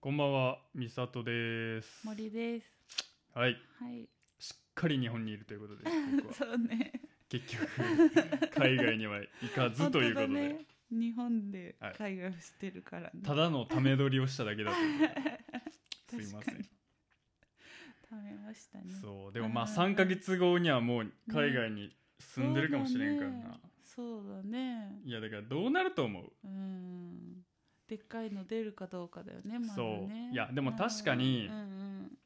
こんばんは、みさとです。森です。はい、はい。しっかり日本にいるということ です。僕はそうね。結 局、海外には行かずということで、本当だね。日本ではい海外をしてるからね。ただのため撮りをしただけだということですいませ 確かんに。食べましたね。そう、でもまああー3ヶ月後にはもう海外に住んでるかもしれんからな。そうだね。いや、だからどうなると思う、そうだねうん。でっかいの出るかどうかだよね。まだねそういやでも確かにうん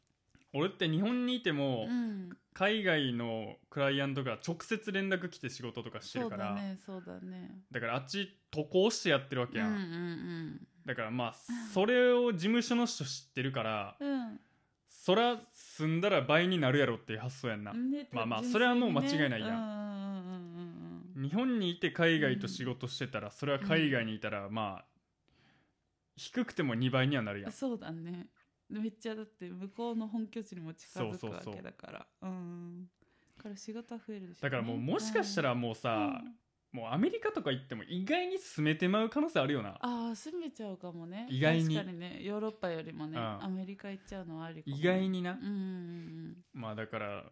俺って日本にいてうもん。うん。海外のクライアントが直接連絡来て仕事とかしてそるうかだら、ね。そうだね。だからあっち渡航してやってるわけやうんん、うんだからまあそれを事務所の人知ってるからうん。そら住んだら倍になるやろっていう発想やんな、うん。でまあまあ純粋にねそれはもう間違いないやんうんうんうんうんうん。日本にいて海外と仕事してたらそれは海外にいたらまあ低くても2倍にはなるやんそうだねめっちゃだって向こうの本拠地にも近そづくうそうわそうけだからうんだから仕事は増えるでしょだからもうもしかしたららもうさ、もうアメリカとか行っても意外に住めてまう可能性あるよなああ住めちゃうかもね意外に確かにねヨーロッパよりもね、うんアメリカ行っちゃうのはありかも意外ににな、うんうんまあだから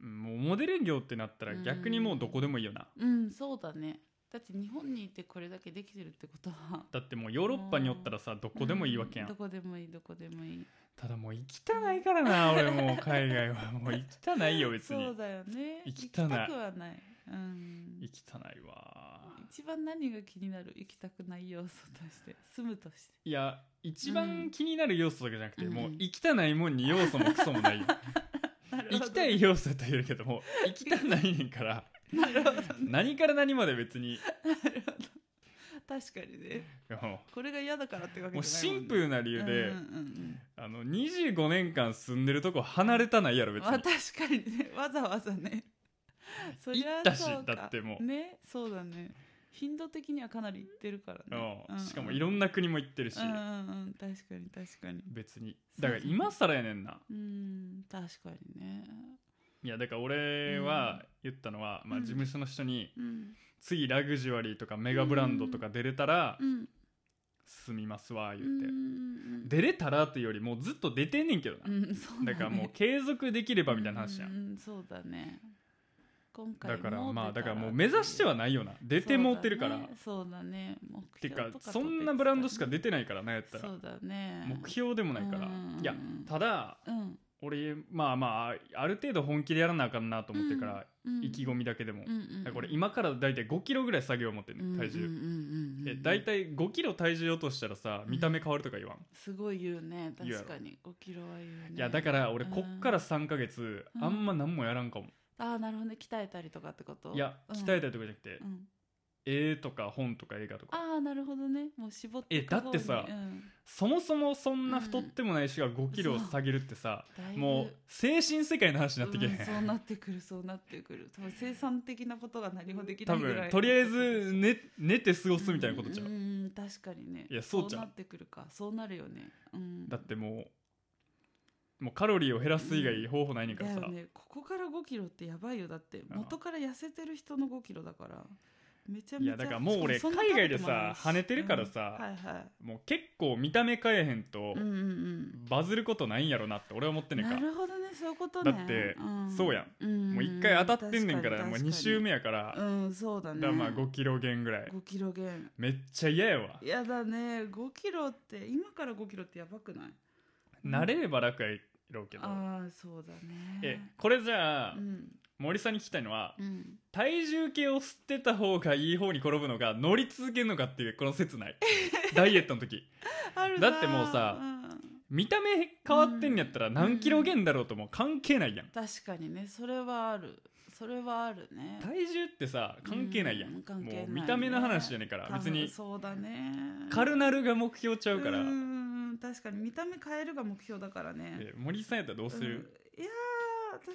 もうモデル業ってなったら逆にもうどこでもいいよな、うんうんそうだねだって日本にいてこれだけできてるってことはだってもうヨーロッパにおったらさどこでもいいわけやん、うんどこでもいいどこでもいいただもう行きたないから な俺もう海外はもう行きたないよ別そうにだよね行きたない行きたくはないうん行きたないわ一番何が気になる行きたくない要素として住むとしていや一番気になる要素だけじゃなくて、うんもう行きたないもんに要素もクソも ないよ行きたい要素と言えるけども行きたないねんからなるほど何から何まで別に確かにねもこれが嫌だからってわうけもうじゃないシもんねンプルな理由で、うんうんあの25年間住んでるとこ離れたないやろうん別まあに確かにねわざわざねそりゃ行ったしそうかだってもうねそうだね頻度的にはかなり行ってるからね、うんしかもうんいろんな国も行ってるし、うんうんうん確かに確かに別にだから今更やねんなうん確かにねいやだから俺は言ったのは、まあ、うん事務所の人にうん次ラグジュアリーとかメガブランドとか出れたらうん住みますわ言うんって、うん出れたらというよりもうずっと出てんねんけどな、うんそうだねだからもう継続できればみたいな話やん、うんうんそうだね今回だからもまあ出だたからもう目指してはないよな出てもうてるから、そうだねそうだね目て標かとかそんなブランドしか出出てないからなやったたららそうだね目標でもないからうんいやただうん俺まあまあある程度本気でやらなあかんなと思ってるから、うん意気込みだけでも、うんうんだからこれ今から大体5キロぐらい作業を持ってる、ね体重、うんうんうんうんえ大体5キロ体重落としたらさ見た目変わるとか言わん、すごい言うね言うやろ確かに5キロは言うねいやだから俺うんこっから3ヶ月うんあんま何もやらんかも、ああなるほどね鍛えたりとかってこといいや鍛えたりとかじゃなくて、絵とか本とか映画とかああなるほどねもう絞ってえだってさここにうんそもそもそんな太ってもないしが5キロそう下げるってさ、だいぶもう精神世界の話になってけへん、うんそうなってくるそうなってくる多分生産的なことが何もでき な多いぐら分いとりあえず寝寝て過ごすみたいなことじゃん、うんうんうん確かにねいやそうじゃんなってくるかそうなるよね、うん、だってもうもうカロリーを減らす以外方法ないねんからさ、だよねここから5キロってやばいよだってん元から痩せてる人の5キロだからめちゃめいちゃやだからもう俺しかもそんな海外で食べてもないさし跳ねてるからさ、うんはいはいもう結構見た目変えへんと、うんうんバズることないんやろなって俺は思ってうんねんかなるほどねそういうことねだってんそうやんんんもう一回当たってんねんから確もうに2周確目やから、かにうんそうだねだからまあ5キロ減ぐらい5キロ減めっちゃ嫌やわやだね5キロって今から5キロってやばくない慣れれば楽やろうけど、ああそうだねえこれじゃあ、うん森さんに聞きたいのはうん体重計を吸ってた方がいい方に転ぶのか乗り続けるのかっていうこの切 ないダイエットの時あるなだってもうさん見た目変わってんやったら何キロ減だろうとも関係ないやん確かにねそれはあるそれはあるね体重ってさ関係ないやん、うん関係ないねもう見た目の話じゃねえから多分別にそうだね軽なるが目標ちゃうから、うんうんうん確かに見た目変えるが目標だからねえ森さんやったらどうする、うんいやー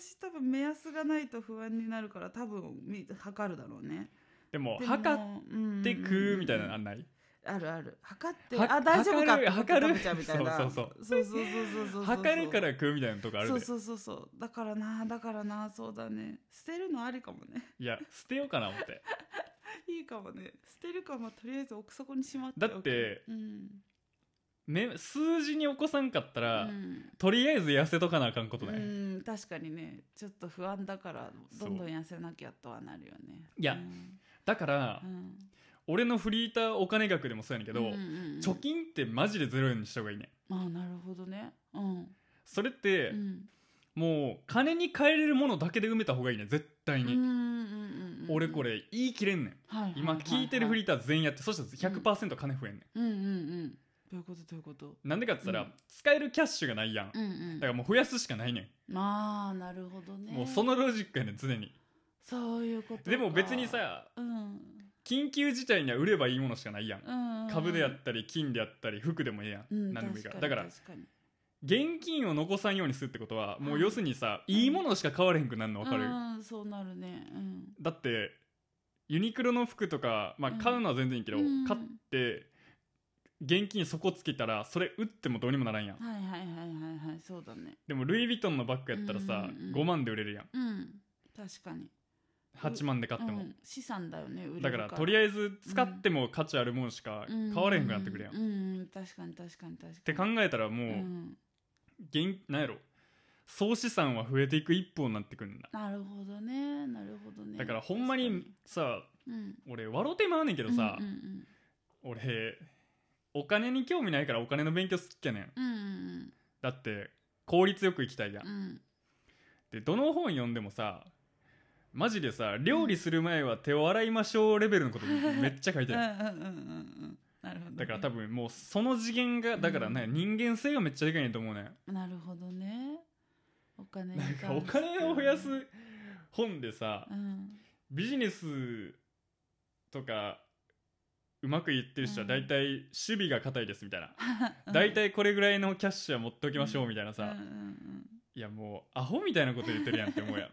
私多分目安がないと不安になるから多分み測るだろうねでもでも測うんって食うみたいなのあんないあるある測ってはあ大丈夫かって測る食べちゃうみたいなそうそうそうそうそうそうそうそうそう測るから食うみたいなとこあるそでうそうそうそうだからなだからなそうだね捨てるのありかもねいや捨てようかな思っていいかもね捨てるかもとりあえず奥底にしまってだっておくうんめ数字に起こさんかったら、うんとりあえず痩せとかなあかんことうね、ん確かにねちょっと不安だからそうどんどん痩せなきゃとはなるよねいやうんだから、うん俺のフリーターお金額でもそうやねんけど、うんうんうん貯金ってマジでゼロにした方がいいねああなるほどねうん、それって、うんもう金に換えれるものだけで埋めた方がいいね絶対うんうに、んうんうん、俺これ言い切れんねんはいはいはいはい、今聞いてるフリーター全員やってそしたら100%金増えんねうんうんうんどういうことどういうことんなんでかって言ったら、うん使えるキャッシュがないやんだうんうんからもう増やすしかないねまあなるほどん、ねもうそのロジックやねん常にそういうことかでも別にさうん緊急事態には売ればいいものしかないやん、うん株であったり金であったり服でもええやん、うん何でもいいからだ確からに確かに現金を残さんようにするってことはもうはい要するにさ、い、いものしか買われへんくなるの分かる、うんそうなるねうんだってユニクロの服とか、まあ、うん買うのは全然いいけど、うん買って現金底つけたらそれ売ってもどうにもならんやんはいはいはいはいはいそうだねでもルイ・ヴィトンのバッグやったらさ、うんうんうん5万で売れるやんうん確かに8万で買っても、うん、資産だよね売れるだからとりあえず使っても価値あるもんしか買われへんくなってくるやん、うっんうんうん確かに確かに確かにって考えたらもう、うん現なんやろ総資産は増えていく一方になってくるんだなるほどねなるほどねだからほんまにさ確かにうん俺笑うてまうねんけどさ、うんうん俺お金に興味ないからお金の勉強すっきゃねんうんうんだって効率よく生きたいやん、うんうんでどの本読んでもさマジでさ料理する前は手を洗いましょうレベルのことめっちゃ書いてうんあるうんうんうんうんなるほど、ね、だから多分もうその次元がだからね、人間性がめっちゃでかいねんと思うねなるほどねお金になんかお関しては金ねを増やす本でさうんビジネスとかうまくいってる人は大体守備が硬いですみたいな、大体これぐらいのキャッシュは持っておきましょうみたいなさ、うんうんうんいやもうアホみたいなこと言ってるやんって思うや ん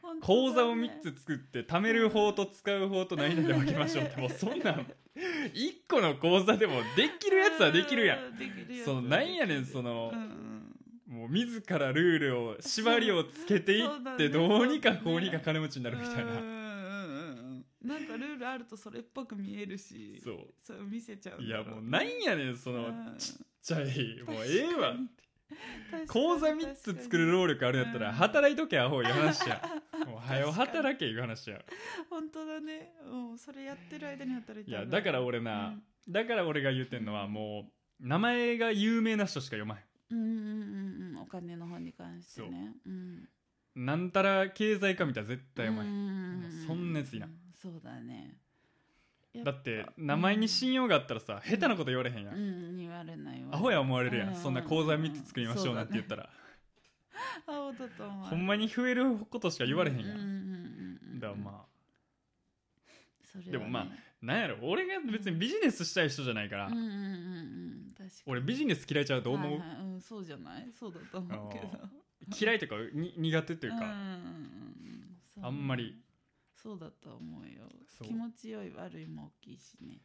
本当だね口座を3つ作って貯める方と使う方と何々で分けましょうってもうそんなん1個の口座でもできるやつはできるやんうできるやつそはのできるなんやねんそのうんうんもう自らルールを縛りをつけていっそうだてねどうにかそうだねこうにか金持ちになるみたいうんなうんうんうんなんかルールあるとそれっぽく見えるしそうそれを見せちゃうんいだやろもうねなんやねんそのうんちっちゃいもうええわ確かに口座3つ作る労力あるやったうらん働いとけアホいう話 やもう早う働けいう話や本当だねうんそれやってる間に働いていやだから俺な、だから俺が言ってんのはうんもう名前が有名な人しか読まへうん、うんうんうんうんお金の方に関してねうんんなんたら経済家みたいな絶対うん読まへん、うんうそんなやついらんそうだねだって名前に信用があったらさ、下手なこと言われへんやん、用うん言われないわアホや思われるやん、うんそんな口座3つ作りましょうなんて言ったら、アホだと思うほんまに増えることしか言われへんやん、うんうんうんうんだからまあそれはねでもまあなんやろ俺が別にビジネスしたい人じゃないから、うんうんうんうん確かに俺ビジネス嫌いちゃうと思う、はいはいうんそうじゃないそうだと思うけどあ嫌いというかに苦手というか、うんうんうんそうあねんまりそうだと思うよそう気持ちよい悪いも大きいしね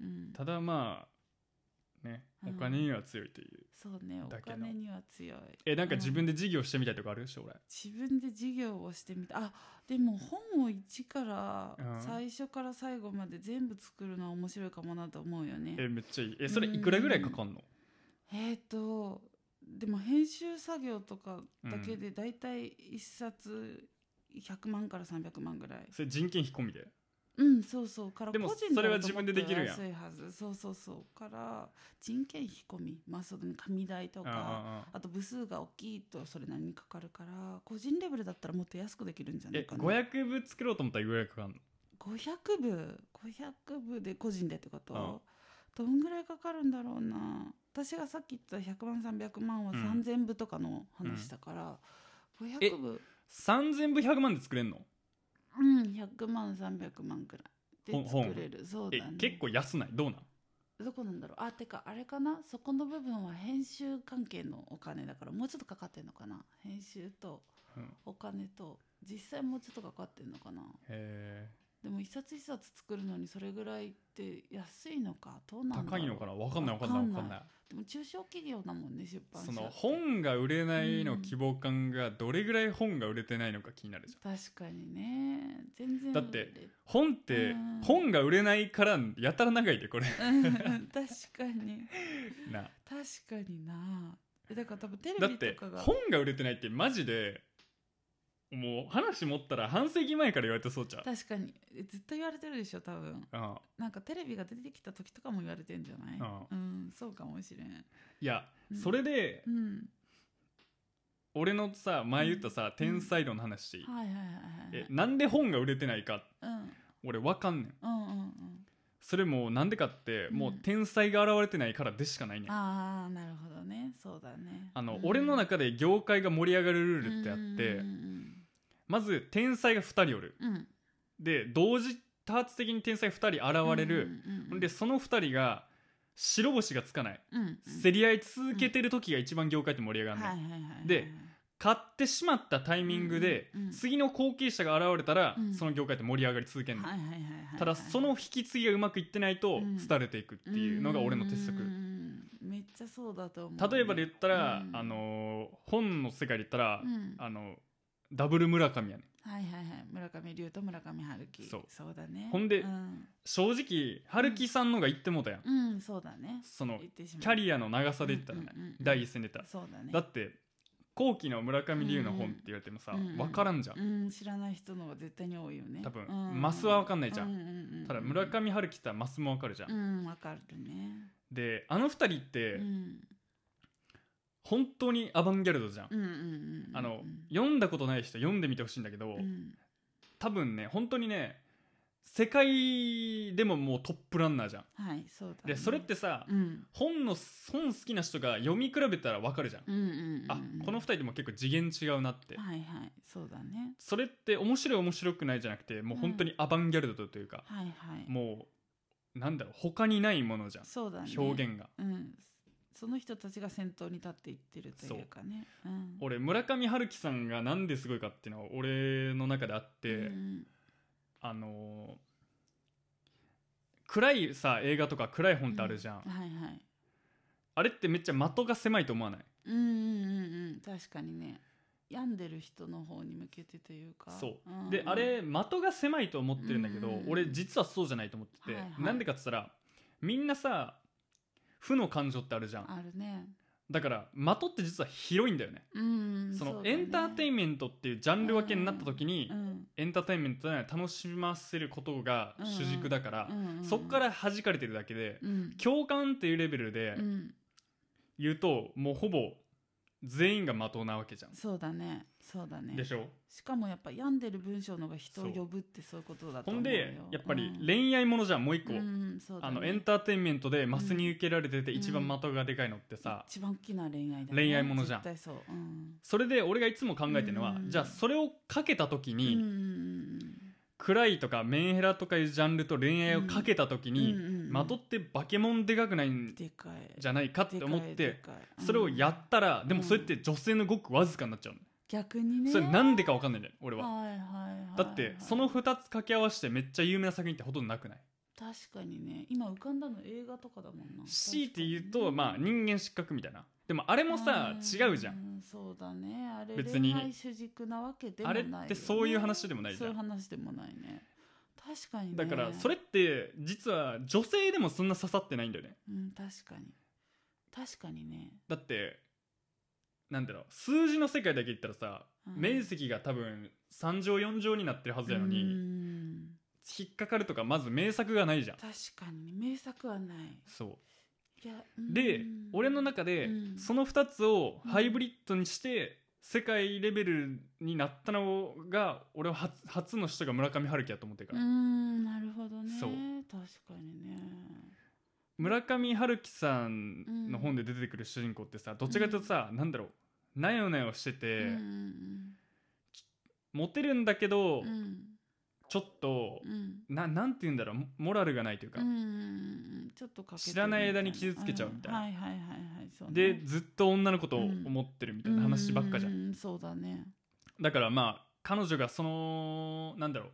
うんただまあねお金には強いという、そうねおだけど金には強いえなんか自う分んで事業してみたいとかあるでしょ俺自分で授業をしてみたあでも本を一からうん最初から最後まで全部作るのは面白いかもなと思うよねえめっちゃいいえそれいくらぐらいかかんのえっとでも編集作業とかだけでだいたい一冊100万から300万ぐらいそれ人件費込みでうんそうそうからでも個人それはだとも自分っでできるやんと安いはずそうそうそうから人件費込みまあその紙代とあかあああと部数が大きいとそれなりにかかるから個人レベルだったらもっと安くできるんじゃなえいかな500部作ろうと思ったらいくらかかんの500部500部で個人でってこと、うんどんぐらいかかるんだろうな私がさっき言った100万300万はうん3000部とかの話だから、え500部3000部100万で作れんのうん100万300万くらい本で本作れるそうえだね結構安ないどうなんどこなんだろうあてかあれかなそこの部分は編集関係のお金だからもうちょっとかかってんのかな編集とうんお金と実際もうちょっとかかってんのかなへでも一冊一冊作るのにそれぐらいって安いのかどうなんだろう高いのかな分かんない分かんない分かんないでも中小企業だもんね出版そ社っての本が売れないのうん希望感がどれぐらい本が売れてないのか気になるじゃん確かにね全然だって売れ本ってうん本が売れないからやたら長いでこれ うん 確かにな確かになえだから多分テレだっビてとかが本が売れてないってマジでもう話持ったら半世紀前から言われてそうじゃん確かにえずっと言われてるでしょ多分うんなんかテレビが出てきた時とかも言われてんじゃないああうんそうかもしれんいやうんそれでうん俺のさ前言ったさ天才論の話していいはいはいはいはいえなんで本が売れてないかうん俺わかんねんうんうんうんそれもうなんでかってうんもう天才が現れてないからでしかないねんああなるほどねそうだねあのうん俺の中で業界が盛り上がるルールってあってうんまず天才が2人おるうんうんで同時多発的に天才2人うん現れる、うんうんうんでその2人が白星がつかない、うんうん競り合い続けてる時が一番業界って盛り上がる、はいはいねはいはいで買ってしまったタイミングで、うんうん次の後継者が現れたら、うんその業界って盛り上がり続ける、はいはいはいはいはいただその引き継ぎがうまくいってないとうん廃れていくっていうのが俺の鉄則、うんめっちゃそうだと思う例えばで言ったら、うんあのー本の世界で言ったら、うんあのダブル村上やねはいはいはい村上龍と村上春樹そうだねほんでうん、正直春樹さんのが言ってもうたやん、うんそうだねその言ってしまうキャリアの長さで言ったらね、うんうんうん第一線で言ったそうだねら、だって後期の村上龍の本って言われてもさ、うんうん分からんじゃん、うん知らない人の方が絶対に多いよね多分うんマスは分かんないじゃんうううただ村上春樹って言ったらマスも分かるじゃん、うん分かるねであの二人ってうん本当にアバンギャルドじゃん、うんうんうんうんあの読んだことない人読んでみてほしいんだけど、うん多分ね本当にね世界でももうトップランナーじゃんはいそうだねでそれってさ、うん本の本好きな人が読み比べたら分かるじゃん、うんうんうんあこの二人でも結構次元違うなって、はいはいそうだねそれって面白い面白くないじゃなくてもう本当にアバンギャルドというか、はいはいもうなんだろう他にないものじゃん、そうだね表現がうん、その人たちが先頭に立っていってるというかね。うん、俺村上春樹さんがなんですごいかっていうのは俺の中であって、うんあのー暗いさ映画とか暗い本ってあるじゃん、うはいはい。あれってめっちゃ的が狭いと思わないうんうんうんうん確かにね。病んでる人の方に向けてというか。そう、んであれ的が狭いと思ってるんだけど、うん俺実はそうじゃないと思ってて、はいはいなんでかって言ったらみんなさ負の感情ってあるじゃんあるね。だから的って実は広いんだよねうん。そのエンターテインンメントっていうジャンル分けになった時に、うんエンターテインメントなら楽しませることが主軸だからう、んうん、そこから弾かれてるだけで、うん、共感っていうレベルでうん、言うと、もうほぼ全員が的なわけじゃん、そうだねそうだねでしょしかもやっぱ病んでる文章の方が人をそう呼ぶってそういうことだとほ思んうよでやっぱりうん恋愛ものじゃんもう一個、うんそうだあねのエンターテインメントでマスに受けられてて一番的がでかいのってさ、一番大きな恋愛だ、ね、恋愛ものじゃん絶対そう、うんそれで俺がいつも考えてるのは、うんじゃあそれをかけた時に、うんうん暗いとかメンヘラとかいうジャンルと恋愛をかけた時うんに、うんうんうん的って化け物でかくないんでかいじゃないかって思って、でかいでかいそれをやうんったら、でもそれって女性のごくわずかになっちゃうの、逆にねそれなんでかわかんないんだよ俺はいは、はいはいだってその2つ掛け合わせてめっちゃ有名な作品ってほとんどなくない確かにね今浮かんだの映画とかだもんな強いて言うと、まあ人間失格みたいなでもあれでもさ違うじゃんそうだねあれ別に恋愛主軸なわけでもないよね、あれってそういう話でもないじゃんそういう話でもないね確かにねだからそれって実は女性でもそんな刺さってないんだよねうん確かに確かにね、だってなんだろう数字の世界だけ言ったらさ、うん面積が多分3乗4乗になってるはずなのに、うん引っかかるとかまず名作がないじゃん確かに名作はないそういやで、うん俺の中で、うんその2つをハイブリッドにして世界レベルになったのが俺は初初の人が村上春樹やと思ってるかうら、んなるほどねそう確かにね村上春樹さんの本で出てくる主人公ってさどっちかというとさ、なんだろうなよなよしてて、うんうんモテるんだけど、うんうんちょっとう、んななんて言うんだろうモモラルがないというか、うんうんうんちょっとかけてるみた知らいなない間に傷つけちゃうみたいなうんはいはいはいはいそうねでずっと女の子と思ってるみたいな話ばっかじゃん、ううそうだねだからまあ彼女がそのなんだろう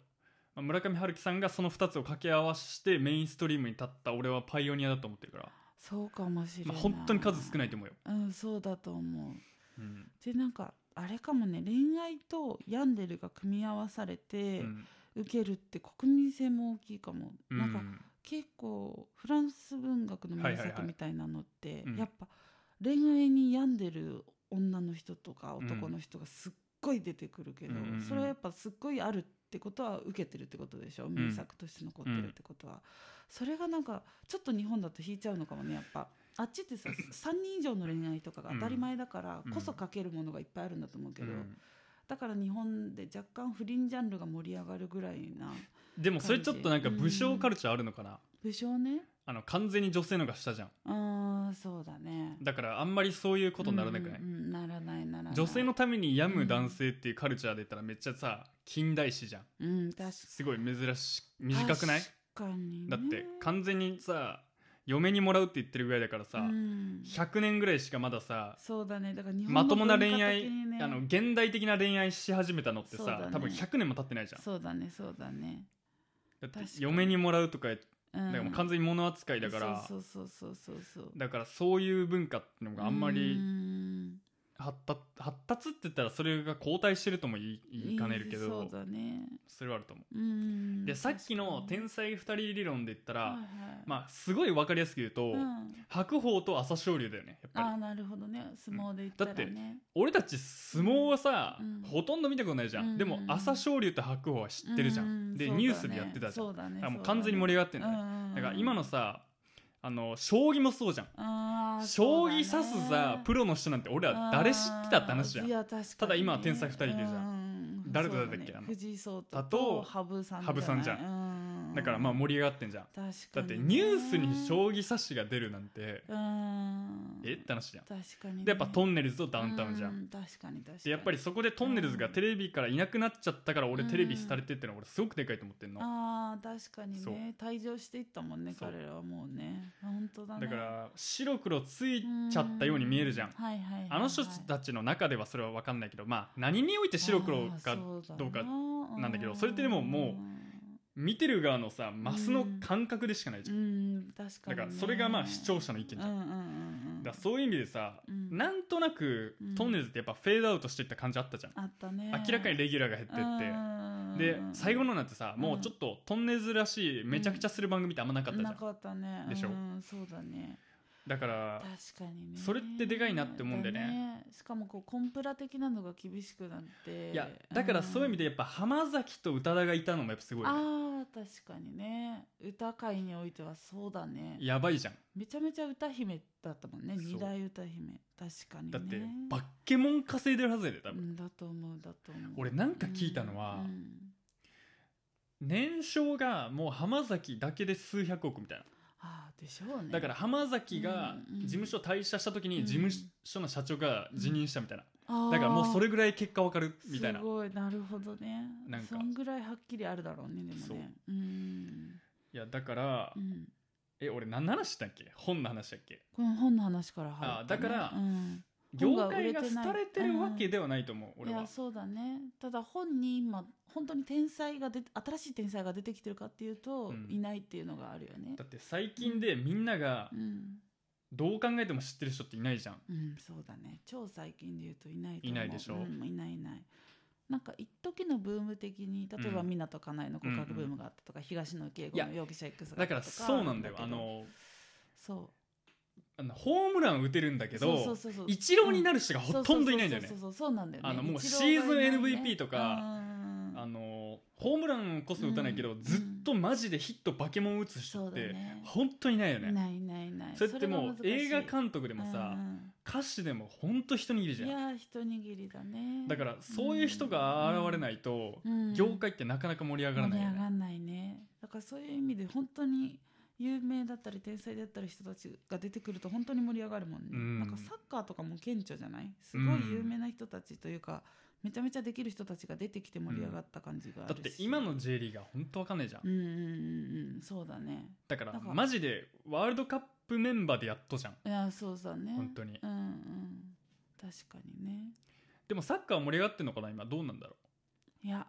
まあ村上春樹さんがその2つを掛け合わせてメインストリームに立った俺はパイオニアだと思ってるから、そうかもしれなまあ、い、本当に数少ないと思うよ、うんそうだと思ううんでなんかあれかもね恋愛と病んでるが組み合わされうて、ん受けるって国民性も大きいかも、うんなんか結構フランス文学の名作みたいなのって、うんやっぱ恋愛に病んでる女の人とかうん男の人がすっごい出てくるけど、うんうんうんそれはやっぱすっごいあるってことは受けてるってことでしょ名作として残ってるってことは、それがなんかちょっと日本だと引いちゃうのかもねやっぱ。あっち ってさ3人以上の恋愛とかが当たり前だからこそ書けるものがいっぱいあるんだと思うけど、うんだから日本で若干不倫ジャンルが盛り上がるぐらいなでもそれちょっとなんか武将カルチャーあるのかな、武将ねあの完全に女性のが下じゃんあーそうだねだからあんまりそういうことにならなくない、うんうんうんならないならない女性のために病む男性っていうカルチャーで言ったらめっちゃさ近代史じゃんうん確かすごい珍しい短くない確かにねだって完全にさ嫁にもらうって言ってるぐらいだからさ、うん100年ぐらいしかまださそうだねだから日本のまともな恋文化愛、的にねあの現代的な恋愛し始めたのってそうださ、ね多分100年も経ってないじゃんそうだねそうだねだって確かに嫁にもらうとかだかうんらもう完全に物扱いだから、そうそうそうそうそうそうだからそういう文化ってのがあんまうりん発達発達って言ったらそれが後退してるとも言い言いかねるけどそうだねそれはあると思ううんでさっきの天才2人理論で言ったら、はいはいまあすごい分かりやすく言うと、うん白鵬と朝青龍だよねやっあぱありなるほどね相撲で言ったらだね俺たち相撲はさ、うんほとんど見たことないじゃん、うんでも朝青龍と白鵬は知ってるじゃん、で、ニュースでやってたじゃんんそうだねだからもう完全に盛り上がってんだね、だから今のさあの将棋もそうじゃんの将棋指すさプロの人なんて俺ら誰知ってたって話じゃんいや確かにねただ今は天才二人いるじゃんん誰と誰だっけそうねあの藤井聡だ太とと羽生さん羽生さんじゃんんだからまああ盛り上がってんじゃん、確かにねだってニュースに将棋指しが出るなんて、うんえって話じゃん確かにねでやっぱトンネルズとダウンタウンじゃん、う確かに確かにでやっぱりそこでトンネルズがテレビからいなくなっちゃったから俺テレビ廃れてってのは俺すごくでかいと思ってんの、あー確かにそうね退場していったもんねそう彼らはもうね本当だねだから白黒ついちゃったように見えるじゃん、はいはいはいはいあの人たちの中ではそれは分かんないけどまあ何において白黒かどうかなんだけどそれってでもも見てる側のさマスの感覚でしかないじうゃん、ん確かだにからそれがまあ視聴者の意見じゃん、うんうんうんうんだからそういう意味でさ、うんなんとなくうんトンネルズってやっぱフェードアウトしていった感じあったじゃん、あったね明らかにレギュラーが減ってって、で最後ののなんてさ、もうちょっとトンネルズらしいめちゃくちゃする番組ってあんまなかったじゃん、なかったねでしょうんそうだねだから確かにねそれってでかいなって思うんだよねしかもこうコンプラ的なのが厳しくなっていやだからそういう意味ででやっぱ浜崎と宇多田がいたのもやっぱすごい、ね、あー確かにね歌界においてはそうだねやばいじゃんめちゃめちゃ歌姫だったもんねそう二大歌姫確かにねだってバッケモン稼いでるはずやで多う分、んだと思うだと思う俺なんか聞いたのはうん年商がもう浜崎だけで数百億みたいなああでしょうねだから浜崎がうんうん事務所退社した時にうん事務所の社長が辞任したみたいな、あーだからもうそれぐらい結果わかるみたいなすごいなるほどねなんかそんぐらいはっきりあるだろうねでもねそううん、いやだから、うん、え俺何の話したっけ本の話だっけこの本の話から入った、ね、あーだからうん、本業が売界れがてない廃れてるわけではないと思う、い俺はやそうだねただ本に今本当に天才が出て新しい天才が出てきてるかっていうと、うんいないっていうのがあるよねだって最近でみんながうん、どう考えても知ってる人っていないじゃんうん、そうだね超最近で言うといないと思ういないでしょうん、いないいないなんか一時のブーム的に例えばうん湊かなえの告白ブームがあったとか、東野圭吾の容疑者 X があだったかとからそうなんだよあけどのそうあのホームラン打てるんだけどそうそうそうそうイチローになる人がほとんどいないんだよねそうそうそうそうそうなんだよねあのもうイチローがいないねシーズン MVP とかうんあのホームランこそ打たないけど、うんずっとマジでヒットバケモン打つ人そっうだてね本当にないよねないないないそれってもう映画監督ででもさ、歌手でも本当人握りじいゃんやー一握りだねだからそういう人が現れないと、うん業界ってなかなか盛り上がらないよ盛り上がね、んないねだからそういう意味で本当に有名だったり天才だったり人たちが出てくると本当に盛り上がるもんね、うんなんかサッカーとかも顕著じゃないすごい有名な人たちというか、めちゃめちゃできる人たちが出てきて盛り上がった感じがあだるっして今の J リーガー本当わかんないじゃん、うんうんうんうんそうだねだからだからマジでワールドカップメンバーでやっとじゃんいやそうだね本当にうんうん確かにねでもサッカーは盛り上がってんのかな今どうなんだろいや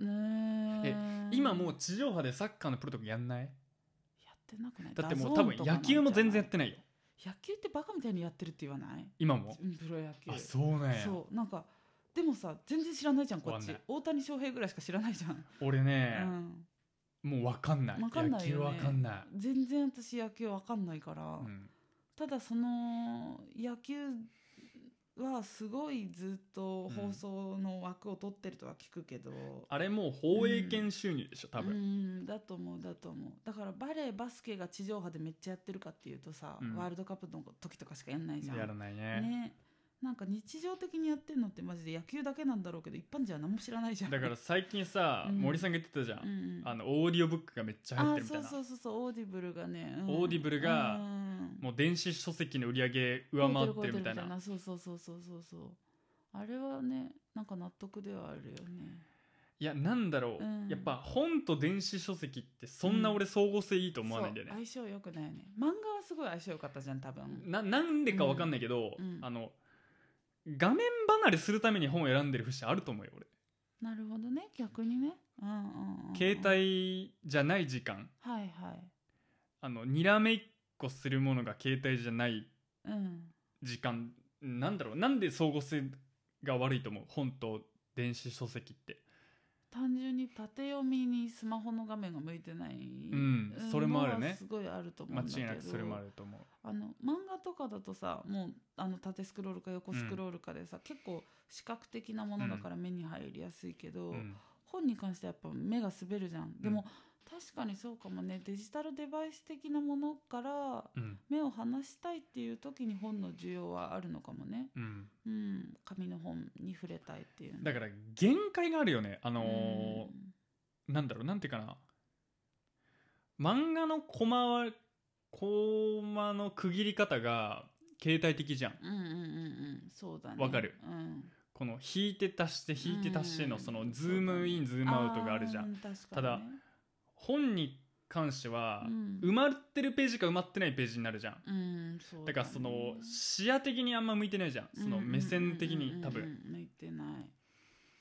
えね今もう地上波でサッカーのプロとかやんないやってなくないだってもう多ダゾーン分とかな野んじ球ゃないも全然やってないよ野球ってバカみたいにやってるって言わない今もうんプロ野球あそうなんやそうなんかでもさ全然知らないじゃんこわっかんちない大谷翔平ぐらいしか知らないじゃん、俺ね、うん、もう分かんないわかんないよね野球分かんない、全然私野球わかんないから、うんただその野球はすごいずっと放送の枠を取ってるとは聞くけど、あれもう放映権収入でしょ、多う分、んだと思うだと思うだからバレーバスケが地上波でめっちゃやってるかっていうとさ、うんワールドカップの時とかしかやんないじゃんやらないねねなんか日常的にやってるのってマジで野球だけなんだろうけど一般人は何も知らないじゃんだから最近さ、うん森さんが言ってたじゃん、うんうんあのオーディオブックがめっちゃ入ってるみたいなあそうそうそうそうオーディブルがね、うんオーディブルがうんもう電子書籍の売り上げ上回ってるみたいなそうそうそうそうそうそうあれはねなんか納得ではあるよねいやなんだろう、うんやっぱ本と電子書籍ってそんな俺総合性いいと思わないんだよねそう、相性良くないよね漫画はすごい相性良かったじゃん多分ななんでか分かんないけど、うんうんあの画面離れするために本を選んでる節あると思うよ俺、なるほどね逆にねうんうんうんうん携帯じゃない時間はいはいあのにらめっこするものが携帯じゃないうん時間なんだろうなんで相互性が悪いと思う本と電子書籍って単純に縦読みにスマホの画面が向いてない、うんそれもあるのねはすごいあると思間うんだけ違いどなくそれもあると思うあの漫画とかだとさもうあの縦スクロールか横スクロールかでさ、結構視覚的なものだから目に入りやすいけど、うん本に関してはやっぱ目が滑るじゃんでも、確かにそうかもねデジタルデバイス的なものからうん目を離したいっていう時に本の需要はあるのかもね、うんうん、紙の本に触れたいっていうだかから限界があるよねあのーなんだろうなんていうかな漫画のコマはコマの区切り方が携帯的じゃんうんうんうんうんそうだねわかる、うん、この引いて足して引いて足してのうんそのズームインズームアウトがあるじゃーん確かにねただ本に関してはうん埋まってるページか埋まってないページになるじゃんうんそうねだからその視野的にあんま向いてないじゃんその目線的に多うんうん分うんうん向いてない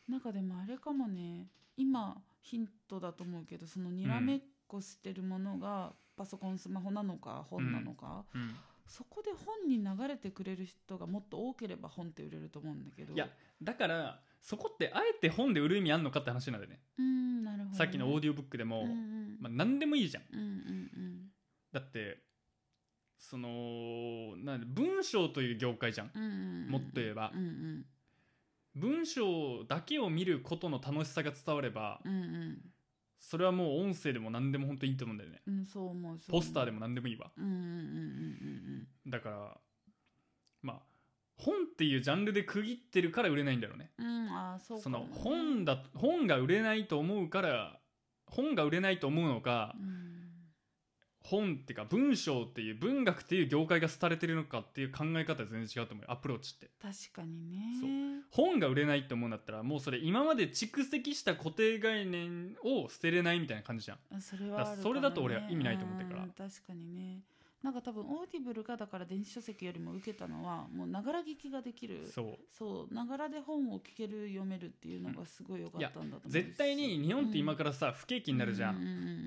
なんかでもあれかもね今ヒントだと思うけどそのにらめっこしてるものがパソコンスマホなのか本なのか、うんそこで本に流れてくれる人がもっと多ければ本って売れると思うんだけどいやだからそこってあえて本で売る意味あんのかって話なんだよねうんなるほどね、さっきのオーデディオブックでも、うんうんまあ、何でもいいじゃんうんうんだってそのなんで文章という業界じゃんうんうんうんうんもっと言えばうんうん文章だけを見ることの楽しさが伝わればうんうんそれはもう音声でも何でも本当にいいと思うんだよねうんそう思うそう思ポうスターでも何でもいいわうんうんうんうんだからまあ本っていうジャンルで区切ってるから売れないんだろうねうんうんうんあーそうそかのもね本だ本が売れないと思うから本が売れないと思うのかうん本っていうか文章っていう文学っていう業界が廃れてるのかっていう考え方は全然違うと思うよアプローチって確かにそうね本が売れないって思うんだったらもうそれ今まで蓄積した固定概念を捨てれないみたいな感じじゃんあそれはあるかもね、だそれだと俺は意味ないと思ってるからうん確かにねなんか多分オーディブルがだから電子書籍よりも受けたのはもうながら聞きができるそうそうながらで本を聞ける読めるっていうのがすごい良かったんだと思うし絶対に日本って今からさ不景気になるじゃうん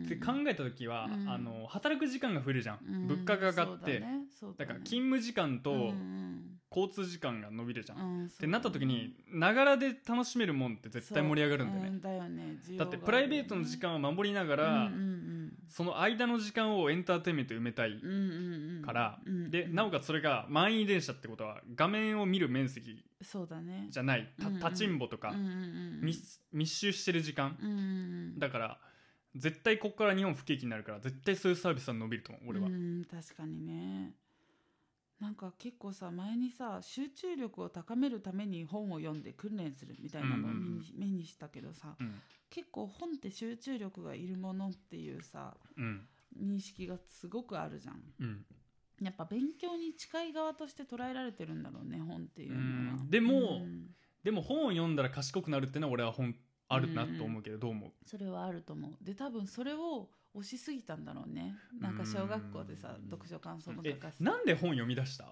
ううって考えた時はうんあの働く時間が増えるじゃうんん物価が上がってそうだだかねら勤務時間とうん交通時間が伸びるじゃんうんうんってなった時にながらで楽しめるもんって絶対盛り上がるんだようねだよね需要だってプライベートの時間は守りながからうんうんその間の時間をエンターテインメントで埋めたいうんうんうんうん、からうんうんでなおかつそれが満員電車ってことは画面を見る面積そうだねじゃないたうんうん立ちんぼとかうんうんうん、密密集してる時間うんうん、だから絶対ここから日本不景気になるから絶対そういうサービスは伸びると思う俺はうん確かにねなんか結構さ前にさ集中力を高めるために本を読んで訓練するみたいなのをうんうん目うんに,、目にしたけどさうん結構本って集中力がいるものっていうさうん認識がすごくあるじゃんうんやっぱ勉強に近い側として捉えられてるんだろうね本っていうのはうんでもうんでも本を読んだら賢くなるってのは俺は本あるなと思うけどどう思うそれはあると思うで多分それを推しすぎたんだろうねなんか小学校でさうん読書感想文書えかせてなんで本読み出した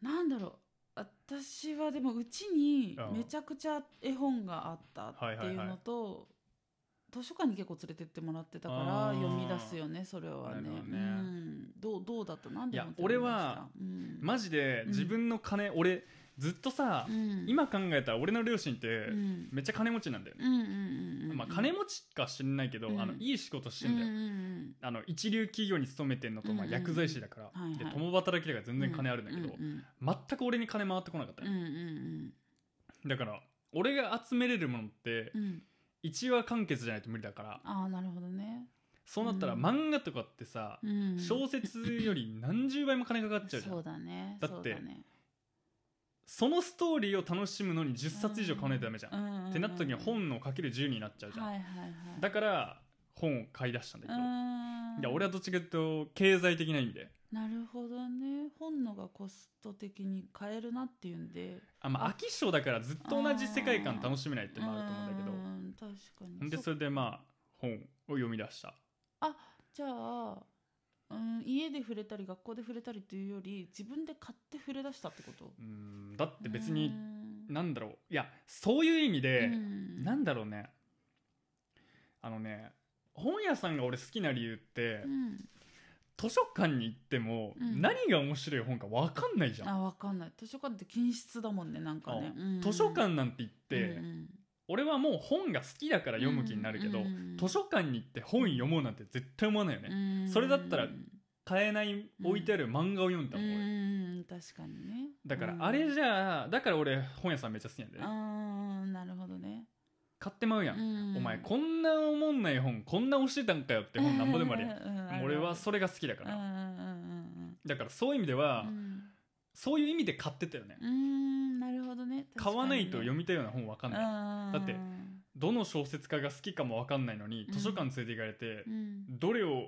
なんだろ私はでもうちにうんめちゃくちゃ絵本があったっていうのと、図書館に結構連れてってもらってたからあー読み出すよねそれはなねるほどうねん、どうどうだったなんでいや本当に読みまし俺たはうんマジでうん自分の金、俺ずっとさ、うん今考えたら俺の両親ってうんめっちゃ金持ちなんだよね、うんうんうんうんまあ、金持ちか知んないけど、うんあのいい仕事してんだよ、うんうんあの一流企業に勤めてんのと、まあ、うんうんうん薬剤師だから、はいはいで共働きだからう全然金あるんだけど、うんうん全く俺に金回ってこなかったうんね、うんだから俺が集めれるものってうんうん一話完結じゃないと無理だからああなるほどね、そうなったらうん漫画とかってさ、うん、小説より何十倍も金かかっちゃうじゃんそうだねだってそうねそのストーリーを楽しむのに10冊以上買わないとダメじゃん、うんうんうんってなった時に本のかける10になっちゃうじゃん、はいはいはいだから本を買い出したんだけど、うんいや俺はどっちかというと経済的な意味でなるほどね本のがコスト的に買えるなっていうんであ、まあ、飽き性だからずっと同じ世界観楽しめないっていうのもあると思うんだけどうん確かほんにでそっそれでまあ本を読み出したじゃあ、うん、家で触れたり学校で触れたりというより自分で買って触れ出したってことうんだって別うにんなんだろういやそういう意味で、うんなんだろうねあのね本屋さんが俺好きな理由って、うん図書館に行ってもうん何が面白い本か分かんないじゃん、あわかんない図書館って禁止だもんねなんかね、うん図書館なんて行って、うんうん俺はもう本が好きだから読む気になるけど、うんうん図書館に行って本読もうなんて絶対思わないよね、うんそれだったらうん買えない置いてある漫画を読んだうもん、俺ん確かにねだからあれゃじゃあだから俺本屋さんめっちゃ好きなんだよねあーなるほどね買ってまうやん、うんお前こんなおもんない本こんな押してたんかよって本なんぼでもあるやんうんでも俺はそれが好きだかうんうら、んうんだからそういう意味では、うんうんそういう意味で買ってたよね、うーんなるほどね買わないと読むみたいような本分かんない、だだってどの小説家が好きかも分かんないのにうん図書館連れて行かれて、どれを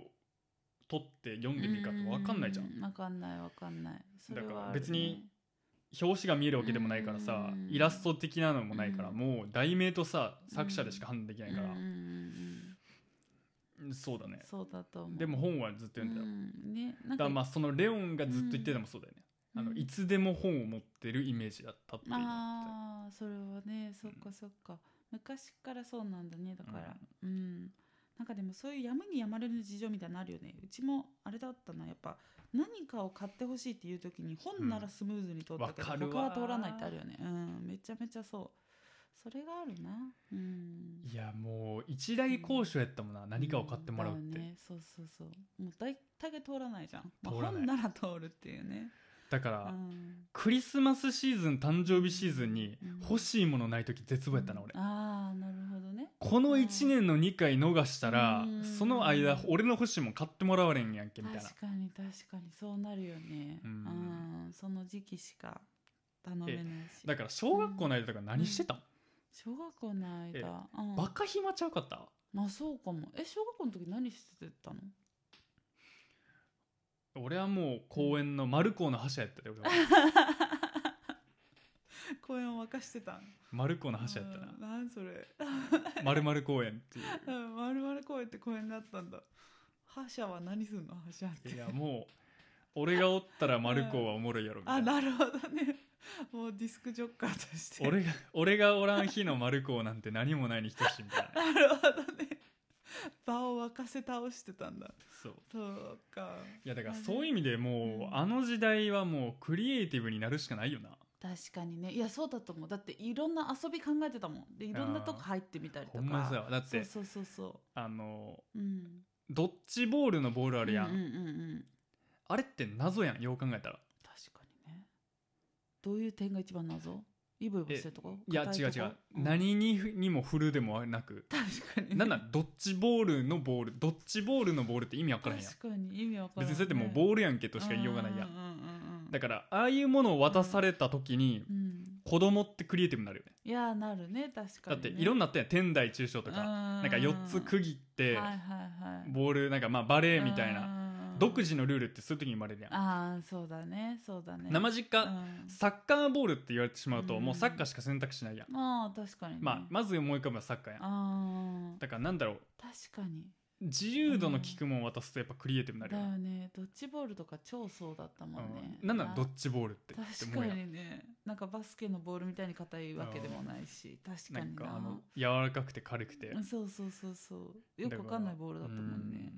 取って読んでみるかって分かんないじゃん、分かんない分かんないそれはだからあるね別に表紙が見えるわけでもないからさ、うんイラスト的なのもないから、うんもう題名とさ作者でしか判断できうなんいうかんらう、んそうだねうんそうだと思うでも本はずっと読んでた、うんねなんだからかまあそのレオンがずっと言ってたのもそうだよね、うんあのいつでも本を持ってるイメージだったっていうのがあっああそれはねそっかそっか昔からそうなんだねだからうんなんかでもそういうやむにやまれる事情みたいなのあるよねうちもあれだったなやっぱ何かを買ってほしいっていう時に本ならスムーズに通ったけど、うんわかる他わは通らないってあるよねうんめちゃめちゃそうそれがあるなうんていやもう一大交渉やったもんな、何かを買ってもらうって、んだよね、そうそうそうもう大体通らないじゃん、まあ、通らない本なら通るっていうねだかうら、んクリスマスシーズン誕生日シーズンにうん欲しいものない時絶望やったな俺、ああなるほどねこの1年の2回逃したらうんその間俺の欲しいもん買ってもらわれんやんけみたいな確かに確かにそうなるよねううんんその時期しか頼めないしだから小学校の間とか何してたん、小学校のえ間うんバカ暇ちゃうかったまあそうかもえ小学校の時何してたの俺はもう公園の丸校の覇者やったで俺は 公園を沸かしてた丸校の覇者やったなうんなんそれ 丸々公園っていうん丸々公園って公園があったんだ覇者は何すんの覇者ってういやもう俺がおったら丸校はおもろいやろみたあいななるほどねもうディスクジョッカーとして俺が俺がおらん日の丸校なんて何もないに等しいみたいななるほどね場を沸かせ倒してたんだそうそうかいやだからそういう意味でもううんあの時代はもうクリエイティブになるしかないよな確かにねいやそうだと思うだっていろんな遊び考えてたもんでいろんなとこ入ってみたりとほかんまにさだっそてうそうそうそあのううんドッジボールのボールああるやん、うんうんうんうんあれって謎やんよう考えたら確かにねどういう点が一番謎イブイブしてるとこいや硬違うとこ違う、ん何ににも振るでもな く確かにねなんだドッジボールのボールドッジボールのボールって意味わからへんやん確かに意味わから別んにそれってもうボールやんけとしか言いようがないやうんんうんうんうんだからああいうものを渡された時にうん子供ってクリエイティブになるよねいやーなるね確かだにっねていろんなあったやん天台中小とかななんか4つ区切ってはいはいはいボールなんかまあバレーみたいなな独自のルールってそういう時に生まれるやんああそうだねそうだね生実家うんサッカーボールって言われてしまうとうんもうサッカーしか選択肢ないやんまあ確かにね、まあ、まず思い浮かぶのはサッカーやんあだからなんだろうー確かに自由度の効くもん渡すとやっぱクリエイティブになるだよねよねドッジボールとか超そうだったもんね、うんなんなんドッっジボールってって確思うかやんにねなんかバスケのボールみたいに硬いわけでもないし確かなんになかあの柔らかくて軽くてそうそうそうそうよくわかんないボールだったもんね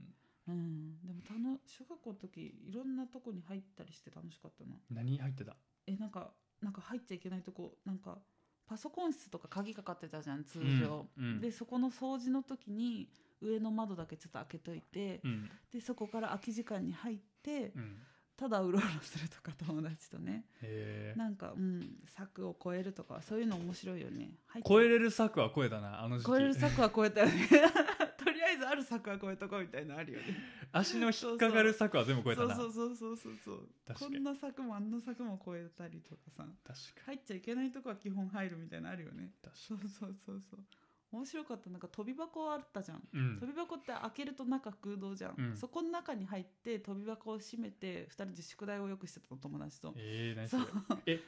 うん、でもたの小学校の時いろんなとこに入ったりして楽しかったなうん何入ってたえなんかなんか入っちゃいけないとこなんかパソコン室とか鍵かかってたじゃん通常、うんうんでそこの掃除の時に上の窓だけちょっと開けといて、うんでそこから空き時間に入ってうんただうろうろするとか友達とねへえなんかうん柵を越えるとかそういうの面白いよね入って超えれる策は超えたなあの時期越える柵は越えたよね とりあえずある柵は越えとこうみたいなのあるよね足の引っかかる策は全部超えたなそうそうそうそうそう確そかうにこんな柵もあんな柵も越えたりとかさ確か入っちゃいけないとこは基本入るみたいなのあるよね確かそうそうそうそう面白かったなんか飛び箱あったじゃん、にうん飛び箱って開けると中空洞じゃん、うんそこの中に入って飛び箱を閉めて2人で宿題をよくしてたの友達とえー、何そそうれえ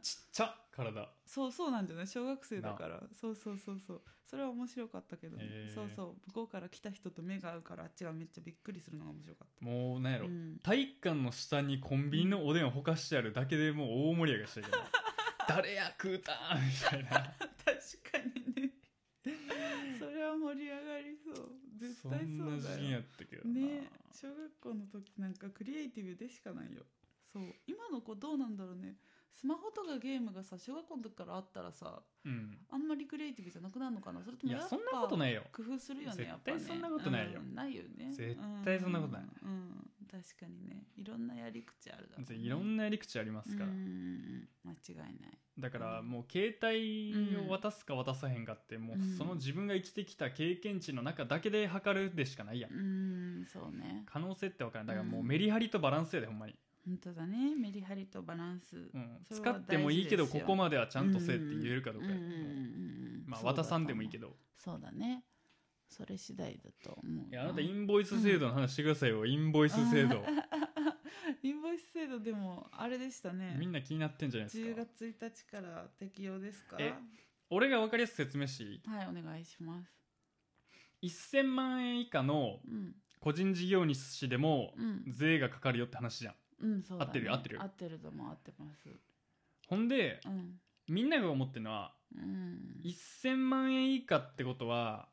ちっちゃ体そうそうなんじゃない小学生だからそうそうそうそうそれは面白かったけどね、へーそうそう向こうから来た人と目が合うからあっちがめっちゃびっくりするのが面白かっもうなんやた、ろ、うん、 体育館の下にコンビニのおでんをほかしてあるだけでもう大盛り上がりした けど誰や食うたんみたいな確かにねそれは盛り上がりそう絶そん対そうな時だ期よやったけどな、ね小学校の時なんかクリエイティブでしかないよそう今の子どうなんだろうねスマホとかゲームがさ小学校の時からあったらさうんあんまりクリエイティブじゃなくなるのかなそれといもややっぱそんなことないよ工夫するよね絶やっぱ対ねそんなことないようんないよね絶対そんなことないうん、うん確かにねいろんなやり口あるだろうねいろんなやり口ありますから、うんうんうん間違いないだからもう携帯を渡すか渡さへんかってもううんその自分が生きてきた経験値の中だけで測るでしかないやんうんそうね可能性って分からんだからもううんメリハリとバランスやでほんまに、本当だねメリハリとバランス、うん、それ使はってもいいけど大事ですここよまではちゃんとせえって言えるかどうかやうんとうん思ううんうんまあ渡さんでもいいけどそうだねそれ次第だと思ういやあなたインボイス制度の話してくださいよ、インボイス制度 インボイス制度でもあれでしたねみんな気になってんじゃないです10か月1日から適用ですかえ俺が分かりやすく説明していはいお願いしますい1000万円以下のうん個人事業主でもうん税がかかるよって話じゃんうんそうだ、ね、合ってるよ合ってるよ合ってるとも合ってますほんでうんみんなが思ってるのはうん1000万円以下ってことは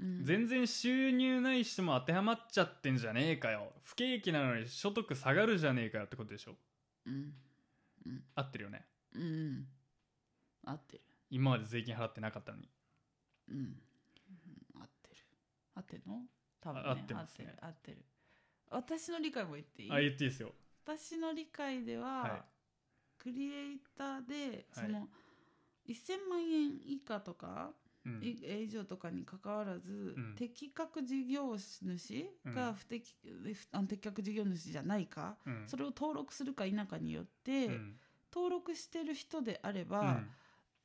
うん全然収入ない人も当てはまっちゃってんじゃねえかよ不景気なのに所得下がるじゃねえかよってことでしょうん合ってるよねうんうん合ってる今まで税金払ってなかったのにうんうん合ってる合ってるの多分、ね、あ合ってますね合ってる合ってる私の理解も言っていいあ言っていいですよ私の理解では、はクリエイターでそはいの、1,000万円以下とか、うんい以上とかにかかわらず、うん適格事業主うんが不適,え、不あの適格事業主じゃないか、うんそれを登録するか否かによって、うん登録してる人であれば、うん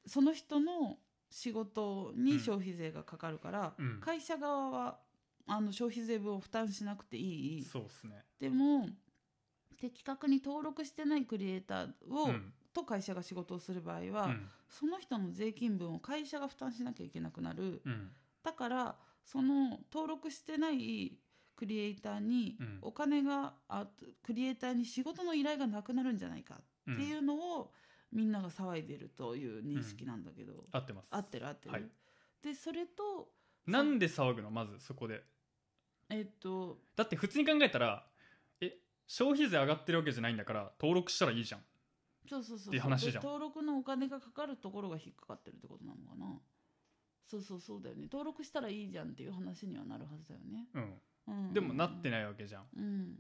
その人の仕事うんに消費税がかかるから、うん会社側はあの消費税分を負担しなくていい。そうですねでも的確に登録してないクリエイターを、うんと会社が仕事をする場合は、うんその人の税金分を会社が負担しなきゃいけなくなるうんだからその登録してないクリエイターにうんお金が、あクリエイターに仕事の依頼がなくなるんじゃないかうんっていうのを、みんなが騒いでるという認識なんだけど、合ってます合ってる合ってる。はいでそれとなんで騒ぐのまずそこでえっとだって普通に考えたらえ消費税上がってるわけじゃないんだから登録したらいいじゃんそうそうそうそうっていう話じゃんで登録のお金がかかるところが引っかかってるってことなのかなそうそうそうだよね登録したらいいじゃんっていう話にはなるはずだよね、うんうん、でもなってい、ないわけじゃんうん、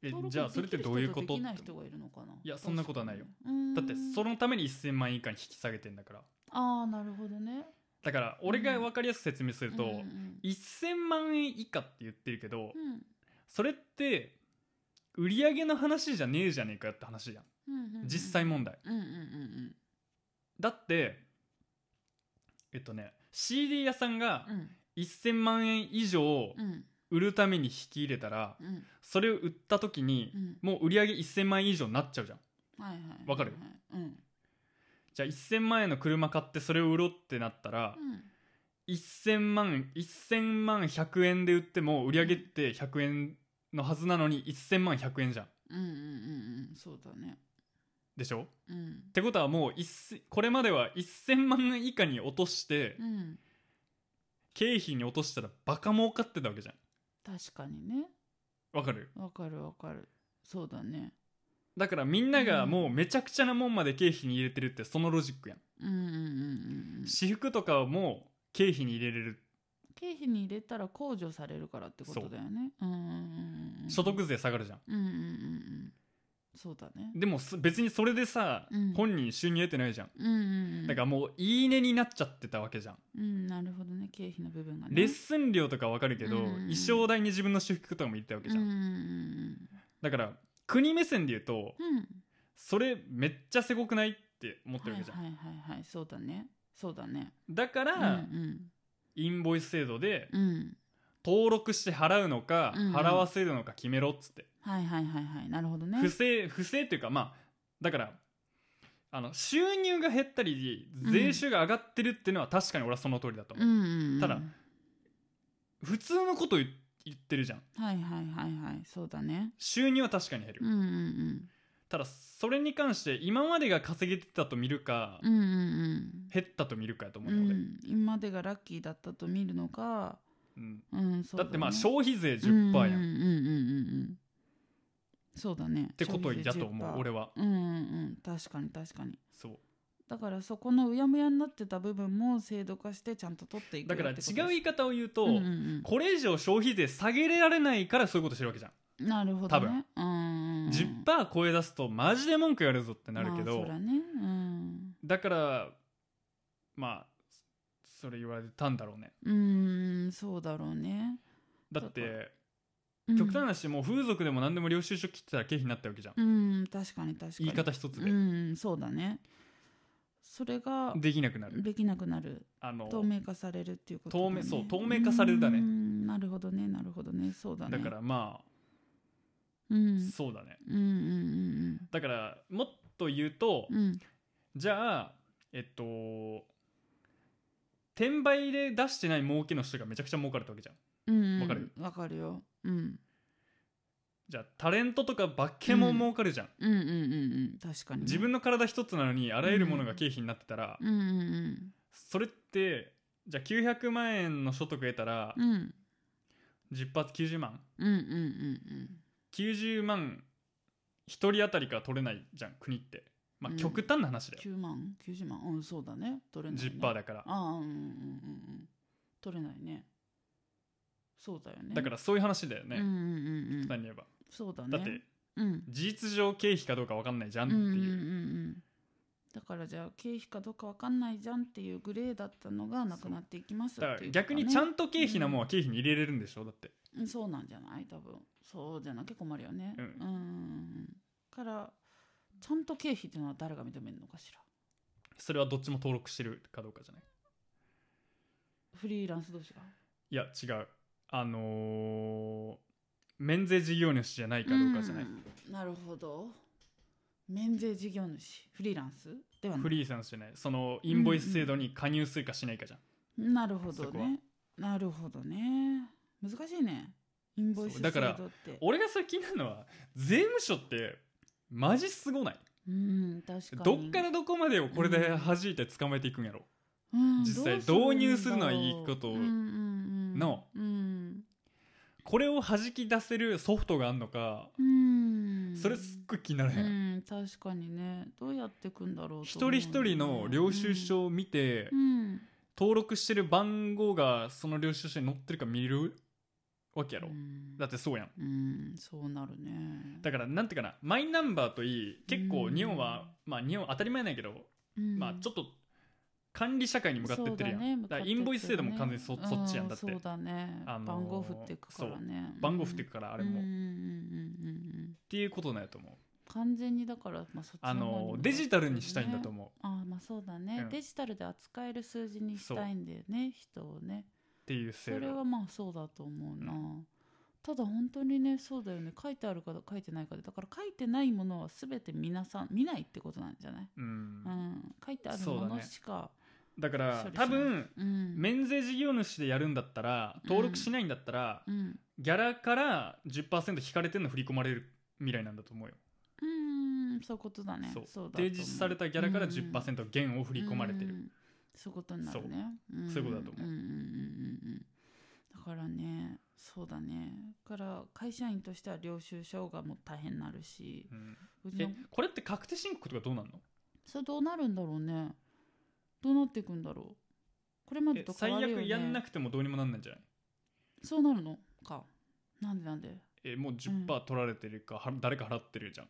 え登録じゃあそれってどういうことでってきる人とできない人がいるのかないやそんなことはないよだだってそのために1000万円以下に引き下げてんだからああなるほどねだから俺が分かりやすく説明すると、うんうん1000万円以下って言ってるけど、うんそれって売り上げの話じゃねえじゃねえかよって話じゃん、うんうんうん実際問題うんうんうんうんだってえっとね CD 屋さんがうん1000万円以上うん売るために引き入れたら、うんそれを売った時にう、んもう売り上げ1000万円以上になっちゃうじゃんはいはいわかるはいはいうんじゃあ1000万円の車買ってそれを売ろうってなったら、うん1000万1000万100円で売っても売り上げって100円のはずなのに1000万100円じゃんうんうんうんうんそうだねでしょっうんてことはもう一せこれまでは1000万円以下に落としてうん経費に落としたらバカ儲かってたわけじゃん確かにねわかるわかるわかるそうだねだからみんながもうめちゃくちゃなもんまで経費に入れてるってそのロジックやん、うんうんうんうんうん私服とかも経費に入れれる経費に入れたら控除されるからってことだよねうんうんうんうん所得税下がるじゃん、うんうんうんうんそうだねでもす別にそれでさ、うん本人収入得てないじゃんうんうんうんだからもういいねになっちゃってたわけじゃん、うんなるほどね経費の部分がねレッスン料とかわかるけど、うんうんうん衣装代に自分の私服とかも言ってたわけじゃん、うんうんだから国目線で言うとうんうんそれめっちゃせこくないって思ってはるいわけじはいゃん、はいはいそうだねそうだねだかうら、んインボイス制度でうんうん登録して払うのか、うんうん払わせるのか決めろっつって、はいはいはいはいなるほどね不正不正というかまあだからあの収入が減ったりうん税収が上がってるっていうのは確かに俺はその通りだと思うう、んうんうんただ普通のこと言言ってるじゃんはいはいはいはいそうだね収入は確かに減る、うんうんただそれに関して今までが稼げてたと見るか、うんうんうん減ったと見るかやと思ううよんう俺、ん今までがラッキーだったと見るのかうんうんそうだだねってまあ消費税10%やん、っうんうんうんうんうんそうだねってことだと思う俺はうんうんうん確かに確かにそうだからそこのうやむやになってた部分も制度化してちゃんと取っていくだから違うう言い方を言うと、んうんこれ以上消費税下げられないからそういうことしてるわけじゃん、うん、なるほど、ね、多分うんうんうん10%超え出すとマジで文句やるぞってなるけど、まあそらねうんだからまあそれ言われたんだろうねうーんそうだろうね、だっだかてうん極端な話もう風俗でも何でも領収書切ってたら経費になったわけじゃん、うん確かに確かに言い方一つでうんそうだねそれができなくなるできなくなるあの透明化されるっていうことだ、ね、透明そう透明化されるだねうーんなるほどねなるほどねそうだねだからまあ、うんそうだねうんうんだからもっと言うと、うんうんうんじゃあえっと転売で出してない儲けの人がめちゃくちゃ儲かるってわけじゃんうんわかるわかるよ、うん、じゃあタレントとかバッケも儲かるじゃん、うんうんうんうん確かにね、自分の体一つなのにあらゆるものが経費になってたら、うんうんそれってじゃあ900万円の所得得たら、うんうん10発90万うんうんうん90万一人当たりから取れないじゃん国ってまうあん極端な話だよ、 9万90万うんそうだね取れない、ね、 10%だから、ああうんうんうんうん取れないねそうだよねだからそういう話だよね、うんうんうんうん何言えばそうだねだってうん事実上経費かどうか分かんないじゃんっうてんうんうんいう、うんだからじゃあ経費かどうかわかんないじゃんっていうグレーだったのがなくなっていきますだかっらていうこと逆ねにちゃんと経費なもんは経費に入れれるんでしょだってうんそうなんじゃない多分そうじゃなきゃ困るよねううんんうんからちゃんと経費っていうのは誰が認めるのかしらそれはどっちも登録してるかどうかじゃないフリーランス同士がいや違うあのー免税事業主じゃないかどうかじゃない、うんなるほど免税事業主フリーランスではなフいリーさんじゃないそのインボイス制度に加入するかしないかじゃん、なるほそどこはねなるほどね難しいねインボイそスう制度だってから俺がさ気になるのは税務署ってマジすごないうん確かにどっからどこまでをこれで弾いて捕まえていくんやろ、うん実際どう導入するのはいいことうんうんうんのうんこれを弾き出せるソフトがあんのかうんそれすっごい気になるへん、うん、確かにねどうやっていくんだろうと一思う人一ね人の領収書を見て、うん登録してる番号がその領収書に載ってるか見るわけやろ、うんだってそうやんうんそうなるねだからなんていうかなマイナンバーといい結構日本は、まあ日本当たり前なんやけど、まあちょっっと管理社会に向かってってるやんだ,、からインボイス制度も完全にそ,、そっちやんだって、そうだね、あのー番号振っていくからね番号振っていくからああれも、うっんうんうんうんうんていうことなんやと思う完全にだから、まあ、そっちあの方にのもデジタルにしたいんだとね思う、ああまあそうだね、うんデジタルで扱える数字にしたいんだよね人をねっていうそ制れは度まあそうだと思うな、うただ本当にねそうだよね書いてあるか書いてないかでだから書いてないものは全て皆さん見ないってことなんじゃない、うん、うん、書いてあるそもうだのねしかだから処理しな多い分う,、ん、免税事業主でやるんだったら登録しないんだったら、うんギャラから10%引かれてるの振り込まれる未来なんだと思うようんそういうことだねそうそうだと思提示されたギャラから10%減を振り込まれてうる、んそういうことになるねんそういうことだと思うんんんうんうんだからねそうだねだから会社員としては領収書がもう大変になるしうんうちえのこれって確定申告とかどうなんのそれどうなるんだろうねどうなっていくんだろうこれまでえと最変わるよ、ね、悪やんなくてもどうにもなんないんじゃないそうなるのかなんでなんでえもう10%取られてるか、は誰か払ってるじゃん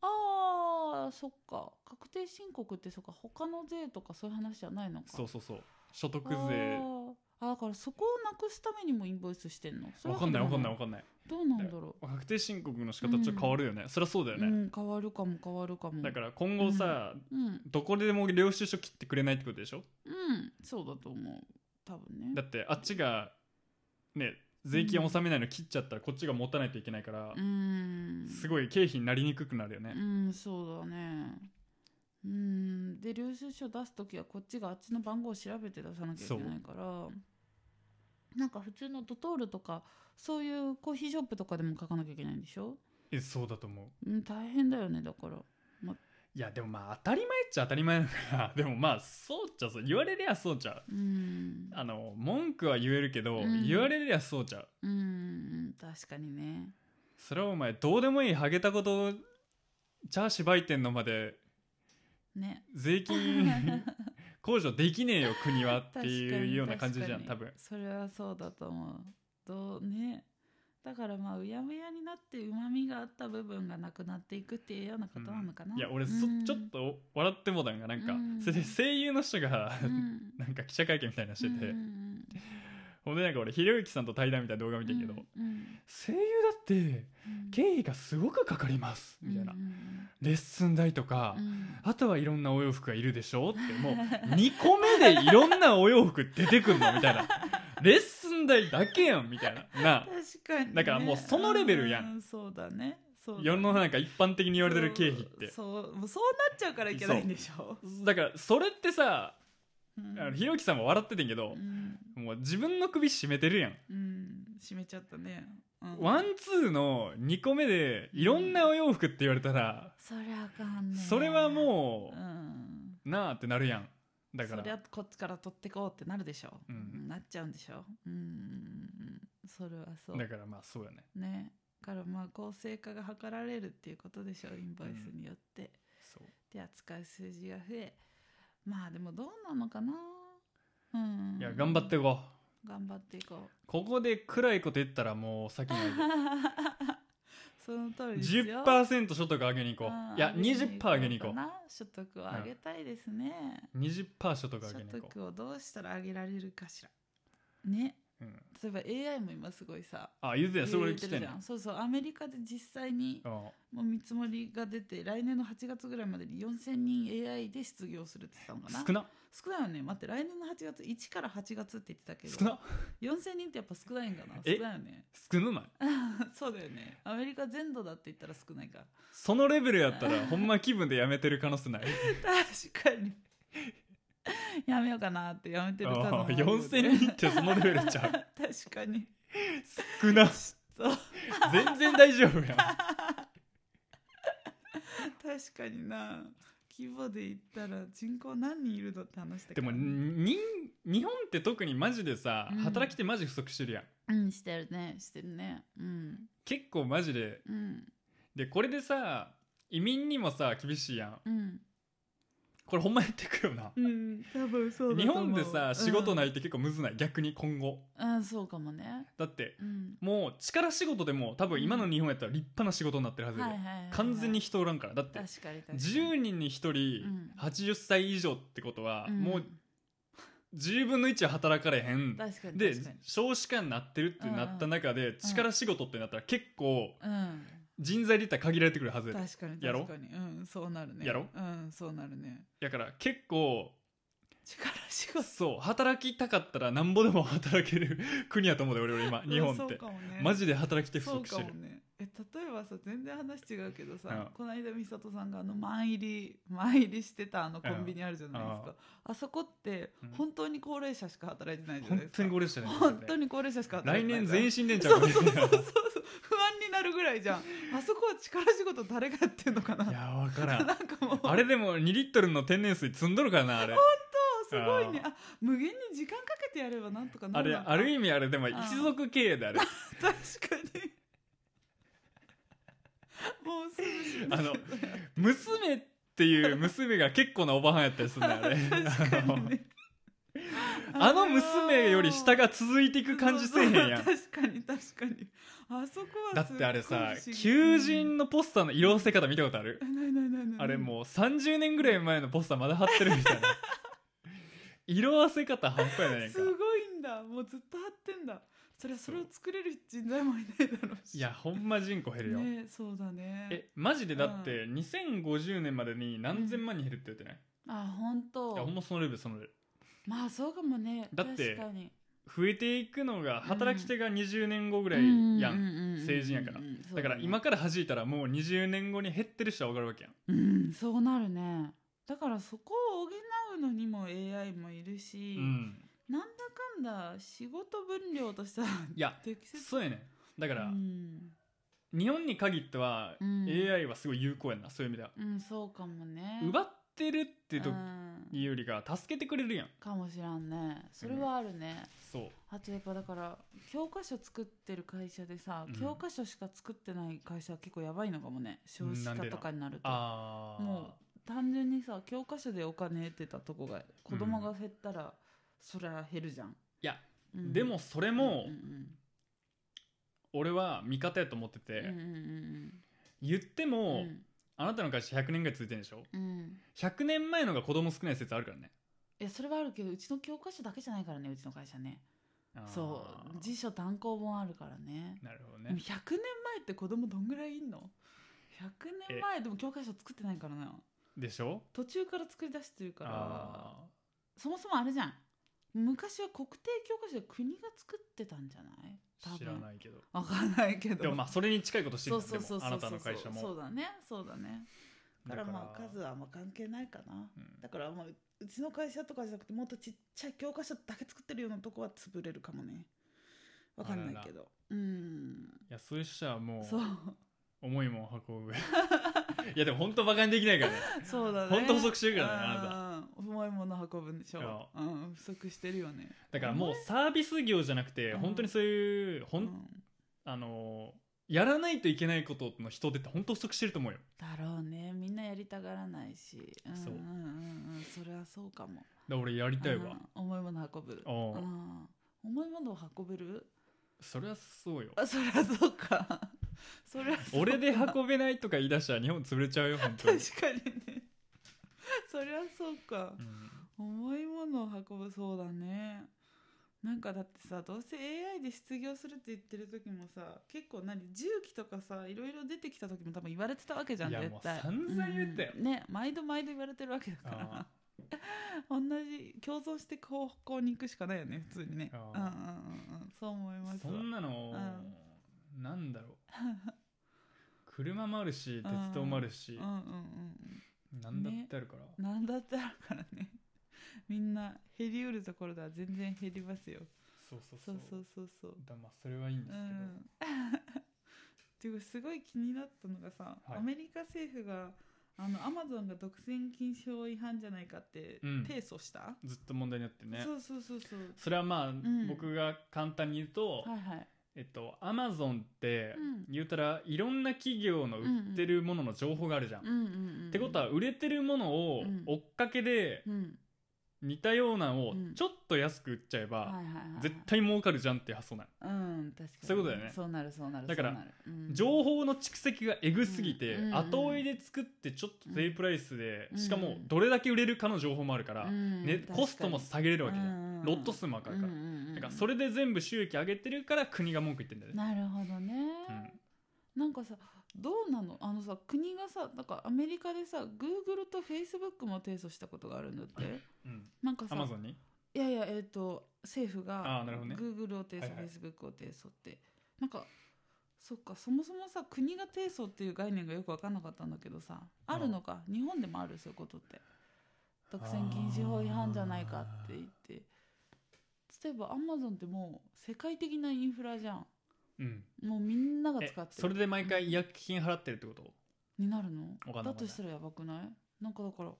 あーそっか確定申告ってそっか他の税とかそういう話じゃないのかそうそうそう所得あ税ーあだからそこをなくすためにもインボイスしてんのわかんないわかんないわわかんないどうなんだろ確定申告の仕方ちょっと変わるよね、そりゃそうだう、よね、うん変わるかも変わるかもだから今後さ、うんうんどこでも領収書切ってくれないってことでしょそうだと思う多分ねだってあっちがね税金納めないの切っちゃったらこっちが持たないといけないからう、ーんすごい経費になりにくくなるよね、うんそうだねうんで領収書出す時はこっちがあっちの番号を調べて出さなきゃいけないからなんか普通のドトールとかそういうコーヒーショップとかでも書かなきゃいけないんでしょ、えそうだと思ううん、大変だよねだからいやでもまあ当たり前っちゃ当たり前だから でもまあそうっちゃそう言われりゃそうちゃううんあの文句は言えるけど、うん言われりゃそうちゃううん確かにねそれはお前どうでもいいハゲたことをじゃあ芝居店のまでね税金 控除できねえよ国はって確かいうにような感じじゃん確多かに分それはそうだと思うどうねだからまあうやむやになってうまみがあった部分がなくなっていくっていうようなことなのかな、いや俺そ、うんちょっと笑ってもだんがなんか、うんそれで声優の人が、うん なんか記者会見みたいなのしてて、うんうんほんでなんか俺ひろゆきさんと対談みたいな動画見てるけど、うんうん声優だってうん経費がすごくかかりますみたいな、うんうんレッスン代とか、うんあとはいろんなお洋服がいるでし ょってもう2個目でいろんなお洋服出てくんのみ たいなレッスン代だけやんみたいななあ確かに、ね、だからもうそのレベルやんうそうだねそうだね世の中一般的に言われてる経費ってそうそうもうそうなっちゃうからいけないんでしょだからそれってさうんあのひろゆきさんも笑っててんけどう、ん、もう自分の首絞めてるやんうん、閉めちゃったね、うん、ワンツーの2個目でいろんなお洋服って言われたら、そりゃあかんねそれはうもんう、なあってなるやんだかそりらゃこっちから取ってこうってなるでしょ、うんなっちゃうんでしょうんうんうんそれはそうだからまあそうよねねだからまあ公正化が図られるっていうことでしょインボイスによって、そうで扱う数字が増えまあでもどうなのかなうんいや頑張っていこう頑張っていこ うここで暗いこと言ったらもう先ない でその通りですよ10%所得上げに行こうんういや20%上げに行かこな所得を上げたいですね、う20%所得上所げに行こ得をどうしたら上げられるかしらねう、うん、例えば AI も今すごいさあ言うてたよそれ言俺う来ててるんじゃんそうそうアメリカで実際にもう見積もりが出て来年の8月ぐらいまでに4000人 AI で失業するって言ってたのかな少な少ないよね待って来年の8月1から8月って言ってたけど少な4000人ってやっぱ少ないんかなえ少ないよね 少ないそうだよねアメリカ全土だって言ったら少ないかそのレベルやったらほんま気分でやめてる可能性ない 確かにやめようかなってやめてる多あ分ー4000人ってそのレベルちゃ 確かにう少なそう全然大丈夫やん確かにな規模で言ったら人口何人いるのって話だでかもらに日本って特にマジでさうん働き手マジ不足してるやん、うんしてるねしてるねうん結構マジでうんでこれでさ移民にもさ厳しいやんうんこれほんまやってくよなうん多分そうだ日と思う、本でさ仕事ないいって結構むずない、逆に今後うん、うんそうかもねだってうんもう力仕事でも多分今の日本やったら立派な仕事になってるはずはいで、はいはいはい完全に人おらんからだって確かに確かに10人に1人うん80歳以上ってことは、んもう10分の1は働かれへん確かにで確かに少子化になってるってなった中で、力仕事ってなったら結構うん人材で言ったら限られてくるはず確やかにやろ確かにうんそうなるねやろうんそうなるねだから結構力仕事そう働きたかったらなんぼでも働ける 国やと思うで俺俺今日本うんっそうてかもねマジで働き手不そう足しかてもるねえ例えばさ全然話違うけどさ、うんこの間美里さんがあの前入り前入りしてたあのコンビニあるじゃないですか、うあそこってうん本当に高齢者しか働いてないじゃな本いです当かに高齢者じゃない本当に高齢者しか働来いてない年から全身でんちゃそううそうそうそうそうこ不安になるぐらいじゃんあそこは力仕事誰がやってんのかなれいや分からなんんかもうあれでも2リットルの天然水積んどるからなあれすごいねああ無限に時間かけてやればなんとかなあるれのかある意味あれでもん一族経営であれ 確かにもうすぐ死ぬあの娘っていう娘が結構なおばはんやったりするんだよね 確かにね あの娘より下が続いていく感じせえへんや んそうそう確かに確かにあそこはだってあれさすっごい不思議求人のポスターの色あせ方見たことあるうんないないないないあれもう30年ぐらい前のポスターまだ貼ってるみたい な色あせ方半端やないかすごいんだもうずっと張ってんだそれはそれを作れる人材もいないだろうしいやほんま人口減るよ、ねそうだねえマジでだって2050年までに何千万人減るって言ってない、あ本当いやほんまそのレベルそのレベルまあそうかもねだって確かに増えていくのが働き手が20年後ぐらいやん、成人やからだから今から弾いたらもう20年後に減ってる人は分かるわけやんうんそうなるねだからそこを補うのにも AI もいるし、うんなんだかんだ仕事分量としてはいや適切そうやねんだから、うん、日本に限っては、うん AI はすごい有効やんなそういう意味では、うん、そうかもね奪ってるっていうとうんいうよりか助けてくれるやんかもしらんねそれはあるね、そうあとやっぱだから教科書作ってる会社でさ、うん教科書しか作ってない会社は結構やばいのかもね少子なん化でなとかになるとああもう単純にさ教科書でお金得てたとこが子供が減ったら、そりゃ減るじゃんいや、うんでもそれもうんうん俺は味方やと思ってて、うんうんうん言ってうんも、うんあなたの会社100年ぐらい続いてるでしょうん100年前のが子供少ない説あるからねいやそれはあるけどうちの教科書だけじゃないからねうちの会社ねあーそう辞書単行本あるからねなるほどでもね100年前って子供どんぐらいいんの ?100 年前でも教科書作ってないからなでしょ途中から作り出してるからあーそもそもあれじゃん昔は国定教科書で国が作ってたんじゃない多分知らないけどわかんないけどでもまあそれに近いことしてるそんうだそうそうでもあなたそうそのうそう会社もそうだねそうだねだからまあ数はあんま関係ないかなうんだからまあうちの会社とかじゃなくてもっとちっちゃい教科書だけ作ってるようなとこは潰れるかもねわかんないけどうんいやそういう人はも そうう重いもん運ぶ いやでも本当バカにできないからねそうだね。ほんと不足してるからねね、あなた。重いもの運ぶんでしいょ。うん、不足してるよね。だからもうサービス業じゃなくてうん本当にそういうほ、うんん、あのーやらないといけないことの人手って本当不足してると思うよだろうね。みんなやりたがらないし。うん、そううん、うん、うん、それはそうかも。だから俺やりたいわうん重いもの運ぶ。おううん重いものを運べるそりゃそうよあ、そりゃそうか。そりゃそう俺で運べないとか言い出したら日本潰れちゃうよ本当に、確かにね。そりゃそうかう。ん重いものを運ぶそうだねなんかだってさどうせ AI で失業するって言ってる時もさ結構何重機とかさいろいろ出てきた時も多分言われてたわけじゃんいや絶対もう散々言ったようんね毎度毎度言われてるわけだからあ 同じ共存してこう方向に行くしかないよね普通にねうんあうんーうんうんそう思いますそわんなの、なんだ ろう車もあるし鉄道もあるしうん、うんうんなんだってあるから、うんなんだってあるからねみんな減りうるところでは全然減りますよそうそうそそううそうそうそうだまあそれはいいんですけど、 うん、ていうかすごい気になったのがさ、はいアメリカ政府があのアマゾンが独占禁止法違反じゃないかってうん提訴した、ずっと問題になってねそうそうそうそうそれはまあ、ん僕が簡単に言うと、はいはいえっとアマゾンってうん言うたらいろんな企業の売ってるものの情報があるじゃん、うんうんうんってことは売れてるものをうん追っかけでうん似たようなのをうんちょっと安く売っちゃえはいはばいはい絶対儲かるじゃんっていう発想なんうん確かにそういうことだよねそうなるそうなるだからそうなるうん情報の蓄積がえぐすぎて、うんうん後追いで作ってちょっと低プライスで、うんしかもどれだけ売れるかの情報もあるから、うんね確、かにコストも下げれるわけじゃうんうんうんん、ロット数も上がるから、うんうんうんだからそれで全部収益上げてるから国が文句言ってんだよねなるほどね、うんなんかさどうなのあのさ国がさなんかアメリカでさ Google と Facebook も提訴したことがあるんだって うんなんかアさマゾンにいやいやえっ、と政府あがーなるほどね Google を提はい訴、はい Facebook を提訴ってなんかそっかそもそもさ国が提訴っていう概念がよく分かんなかったんだけどさあるのか日本でもあるそういうことって独占禁止法違反じゃないかって言って例えば Amazon ってもう世界的なインフラじゃんうんもうみんながえ使ってそれるで毎回違約金払ってるってことになるのわかんないだとしたらやばくないなんかだから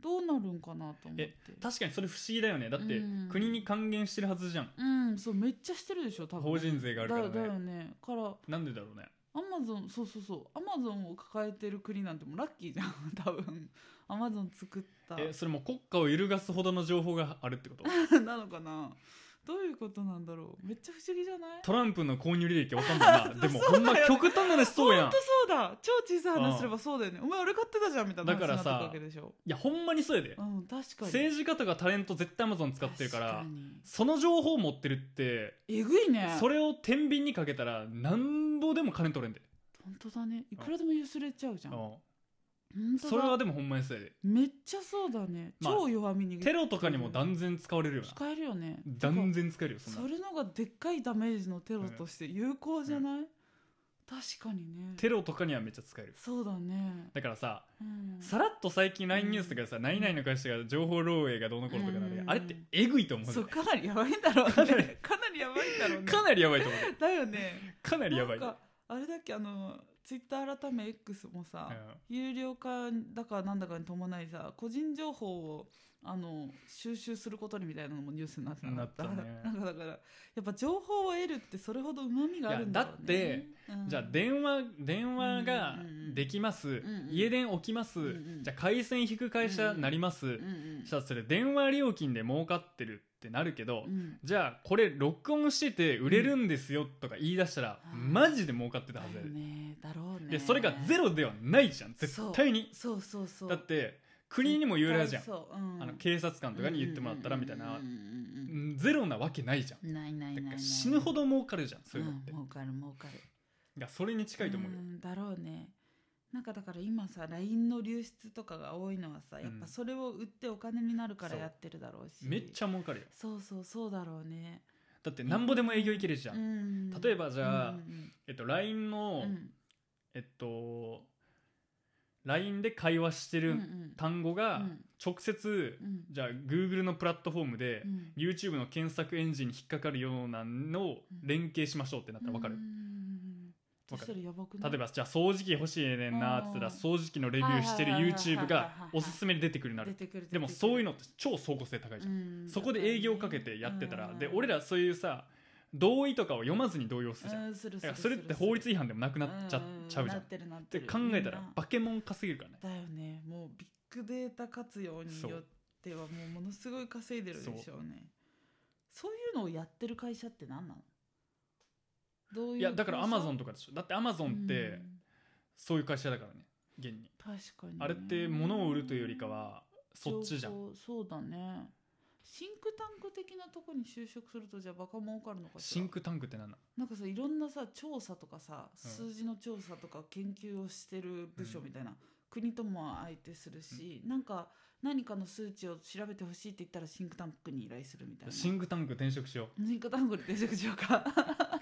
どうなるんかなと思ってえ確かにそれ不思議だよねだってうん国に還元してるはずじゃんうんそうめっちゃしてるでしょ多分法人税があるかだだらよねねからなんでだろうねアマゾンそうそうそうアマゾンを抱えてる国なんてもうラッキーじゃん 多分アマゾン作ったえそれも国家を揺るがすほどの情報があるってこと なのかなどういうことなんだろうめっちゃ不思議じゃない トランプの購入履歴わかんないな でもそうほだよんねま極端な話そうやんほんとそうだ超小さい話すればそうだよねお前俺買ってたじゃんみたいなだ話にかならさったわけでしょいやほんまにそうやでうん確かに政治家とかタレント絶対アマゾン使ってるから確にその情報持ってるってえぐいねそれを天秤にかけたらなんぼでも金取れんで、本当だねいくらでもゆすれちゃうじゃん本う当ん、だそれはでもほんまにそうやでめっちゃそうだね、まあ超弱みにテロとかにも断然使われるよな使えるよね断然使えるよそんなそれのがでっかいダメージのテロとして有効じゃない、確かにねテロとかにはめっちゃ使えるそうだね、だからさうん、さらっと最近 LINE ニュースとかでさ、何々の会社が情報漏洩がどうのこうのとかなるやんうんあれってえぐいと思うそようねかなりやばいんだろうねかかななりりやばいんだろうねかなりやばいと思 うよだよねかなりやばいなんかあれだっけあのツイッター改め X もさ、う有料化だかなんだかに伴いさ個人情報をあの収集することにみたいなのもニュースになってかなったね なんかだからやっぱ情報を得るってそれほどうまみがあるんだろういやねうんんじゃあ電話電話がうんうんうんできます、んうん家電置きます、うんうんじゃあ回線引く会社になります、うんうんしたらそれ電話料金で儲かってるってなるけど、うんじゃあこれ録音してて売れるんですよとか言い出したら、うんマジで儲かってただはずやよで,、ねだろうねでそれがゼロではないじゃん絶対にそうそうそうだって国にも言うらじゃん絶対そう、うん、あの警察官とかに言ってもらったらみたいなうんうんうんうんゼロなわけないじゃんうんないないだないかならい死ぬほど儲かるじゃんそういうのってん、儲かる儲かるがそれに近いと思うよんだろうねなんかだから今さ LINE の流出とかが多いのはさやっぱそれを売ってお金になるからそうやってるだろうしめっちゃゃ儲かるよそうそうそうだろうねだってなんぼでも営業いけるじゃうんん例えばじゃあうんえっと LINE うんのうんうんえっと LINE で会話してうんうるん単語うがん直接うんじゃあ Google のプラットフォームでうん YouTube の検索エンジンに引っかかるようなのを連携しましょうってなったらわかるうんうんうんそわかしたるらやばくない例えばじゃあ掃除機欲しいねんなって言ったらうん掃除機のレビューしてるはいはいはいはい YouTube がおすすめに出てくるようにな出るてくるでもそういうののって超相互性高いじゃん、そそここでで営営業業をかかけけててややっっててたたららでで俺俺ららそういうさ同意とかを読まずに動揺するじゃんだだかかららそそれれっってて法法律律違違反でもなく反ななっっちちゃゃちちゃゃううじじゃゃんんっってて考考ええたたららバケモン稼げるからねだよねもうビッグデータ活用によってはもうものすごい稼いでるでしょうねそういうのをやってる会社って何なのどういういやだからアマゾンンとかでしょだってアマゾンってそういう会社だからね現に確かにね、あれって物を売るというよりかはそっちじゃん情報そうだねシンクタンク的なとこに就職するとじゃあバカ儲かるのかしシらンクタンクって何ななんかさいろんなさ調査とかさうん数字の調査とか研究をしてる部署みたいな、国とも相手するし、なんか何かの数値を調べてほしいって言ったらシンクタンクに依頼するみたいのなシンクタンク転職しよシンクタンクで転職しようか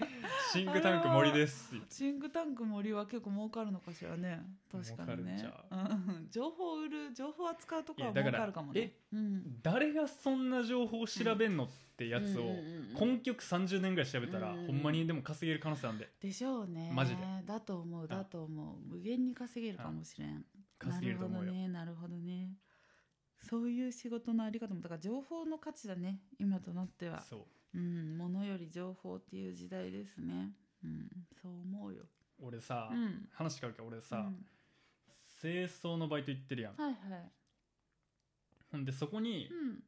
うシンクタンク森ですシンクタンク森は結構儲かるのかしらね確かにね儲かるうん情報を売る情報を扱うとかはいやだか儲らかるかもねえうん誰がそんな情報を調べんのってやつをうんうんうんうん根拠30年ぐらい調べたらうんうんほんまにでも稼げる可能性あるんででしょうねマジでだと思うだと思う無限に稼げるかもしれん稼げると思うよなるほどねなるほどねそういう仕事のあり方もだから情報の価値だね今となってはそううん物より情報っていう時代ですねうんそう思うよ俺さ、うん話変わるけど俺さ、うん清掃のバイト行ってるやん、はいはいほんでそこに、うん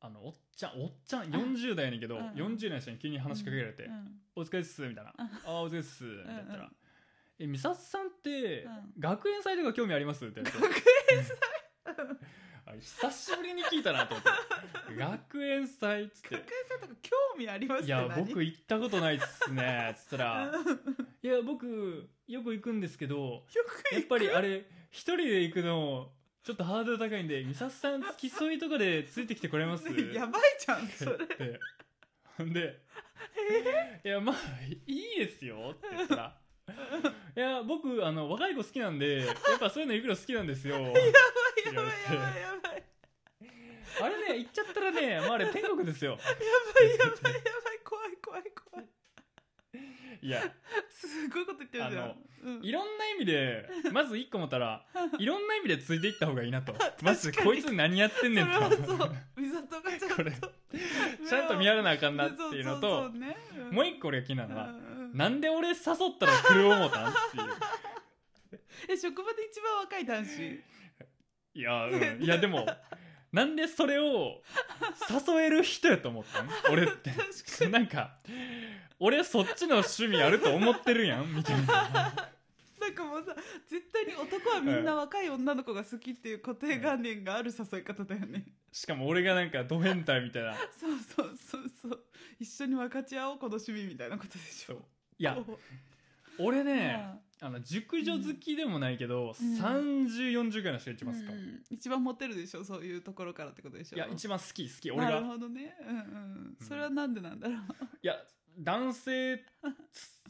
あのおっちゃんおっちゃん40代やねんけど、うん40代の人に急に話しかけられて「うんお疲れっす」みたいな「うんああお疲れっす」みたいなやったら「うんえ美里さんって、うん学園祭とか興味あります?」って言われてあ久しぶりに聞いたなと思 って「学園祭」っつっ学園て祭とか興味ありま「すいね や僕行ったことないっすね」っつったらうんいや僕よく行くんですけどくやっぱりあれ一人で行くのちょっとハードル高いんで美里さん付き添いとかでついてきてくれます やばいじゃんそれって言ってほんで「いやまあいいですよ」って言ったら「いや僕あの若い子好きなんでやっぱそういうの行くの好きなんですよ」 やばいやばいやばいやばいあれね行っちゃったらね、まあ、あれ天国ですよやばいやばいやばい怖い怖い怖いいやすごいこと言ってるじゃんあのうんいろんな意味 でまず一個思ったらいろんな意味でついていった方がいいな とまずこいつ何やってんねんとそれはそう美里がちゃんことれ ちゃんと見張らなあかんなっていうのそそとそねんもう一個俺が気になるのうはんうんなんで俺誘ったら来る思ったんってい うえ職場で一番若い男子いや、うん、いやでもなんでそれを誘える人やと思ったん俺っ 確かてなんか俺そっちの趣味あると思ってるやんみたいななんかもうさ絶対に男はみんな若い女の子が好きっていう固定観念がある誘い方だよね、しかも俺がなんかド変態みたいなそうそうそうそう一緒に分かち合おうこの趣味みたいなことでしそょういやこ俺うねあの熟女好きでもないけど、うん3040ぐらいの人が一番好きかも、うんうん一番モテるでしょそういうところからってことでしょいや一番好き好き俺ながるほどねうんうんそれはなんでなんだろう、いや男性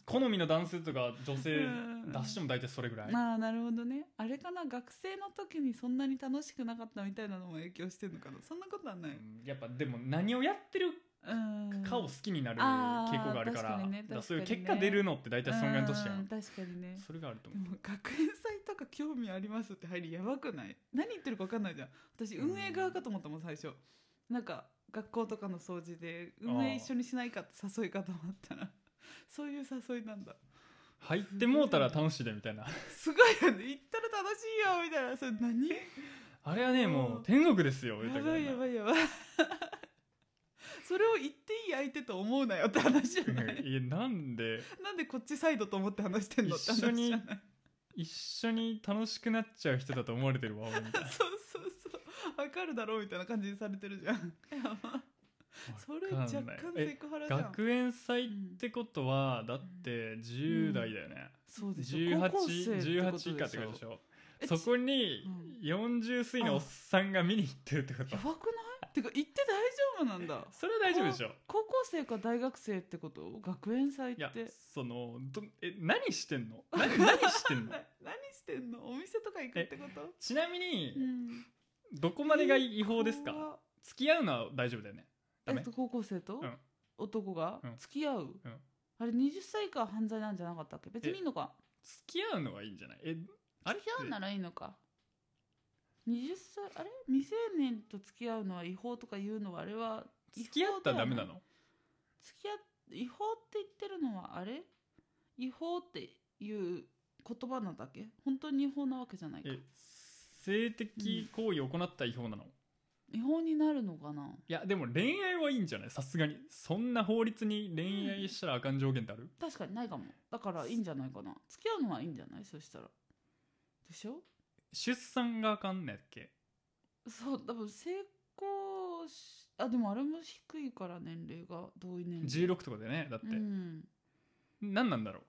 好みの男性とか女性うん出しても大体それぐらい、まあなるほどねあれかな学生の時にそんなに楽しくなかったみたいなのも影響してるのかなそんなことはない、うんやっぱでも何をやってるうん、かを好きになるあー傾向があるから,、確かにねだらそういう確かに結ね果出るのって大体そのぐらいの年やん、うん確かにねそれがあるとで思うも学園祭とか興味ありますって入りやばくない何言ってるか分かんないじゃん私うん運営側かと思ったもん最初なんか学校とかの掃除で運ああ営一緒にしないかって誘いかと思ったらそういう誘いなんだ入ってもうたら楽しいでみたいなすごいよね行ったら楽しいよみたいなそれ何あれはねもう天国ですよ言うたけやどばないやばいやばいそれを言っていい相手と思うなよって話じゃないうんいやなんでなんでこっちサイドと思って話してんのって話じゃない一緒に一緒に楽しくなっちゃう人だと思われてるわ俺みたいなそうそうそうわかるだろうみたいな感じにされてるじゃんやばそれわ若かんない干えセクハラじゃん学園祭ってことはだって10代だよね、そうでしょ1818高校生ってことでしょ以下ってことでしょえそこにう40過ぎのおっさんが見に行ってるってこちとやばくないてか行って大丈夫なんだそれは大丈夫でしょ高校生か大学生ってこと学園祭っいやてそのどえ何してんの何何してんの な何してんのお店とか行くってことちなみに、うんどこまでが違法ですか、怖っ付き合うのは大丈夫だよねダえメっと高校生とうん男がうん付き合う、んあれ20歳以下は犯罪なんじゃなかったっけ別にいいのか付き合うのはいいんじゃないえあれ付っき合うなてらいいのか20歳あれ未成年と付き合うのは違法とか言うのはあれは違付き合ったらダメな法だよのね付き合っ違法って言ってるのはあれ違法っていう言葉なんだっけ本当に違法なわけじゃないかえ性的行為を行ったら違法なの、い違法になるのかなやでも恋愛はいいんじゃないさすがにそんな法律に恋愛したらあかん条件ってある、確かにないかもだからいいんじゃないかな付き合うのはいいんじゃないそしたらでしょ出産があかんねっけそう多分成功しあでもあれも低いから年齢が同意年齢16とかでねだって、うん何なんだろ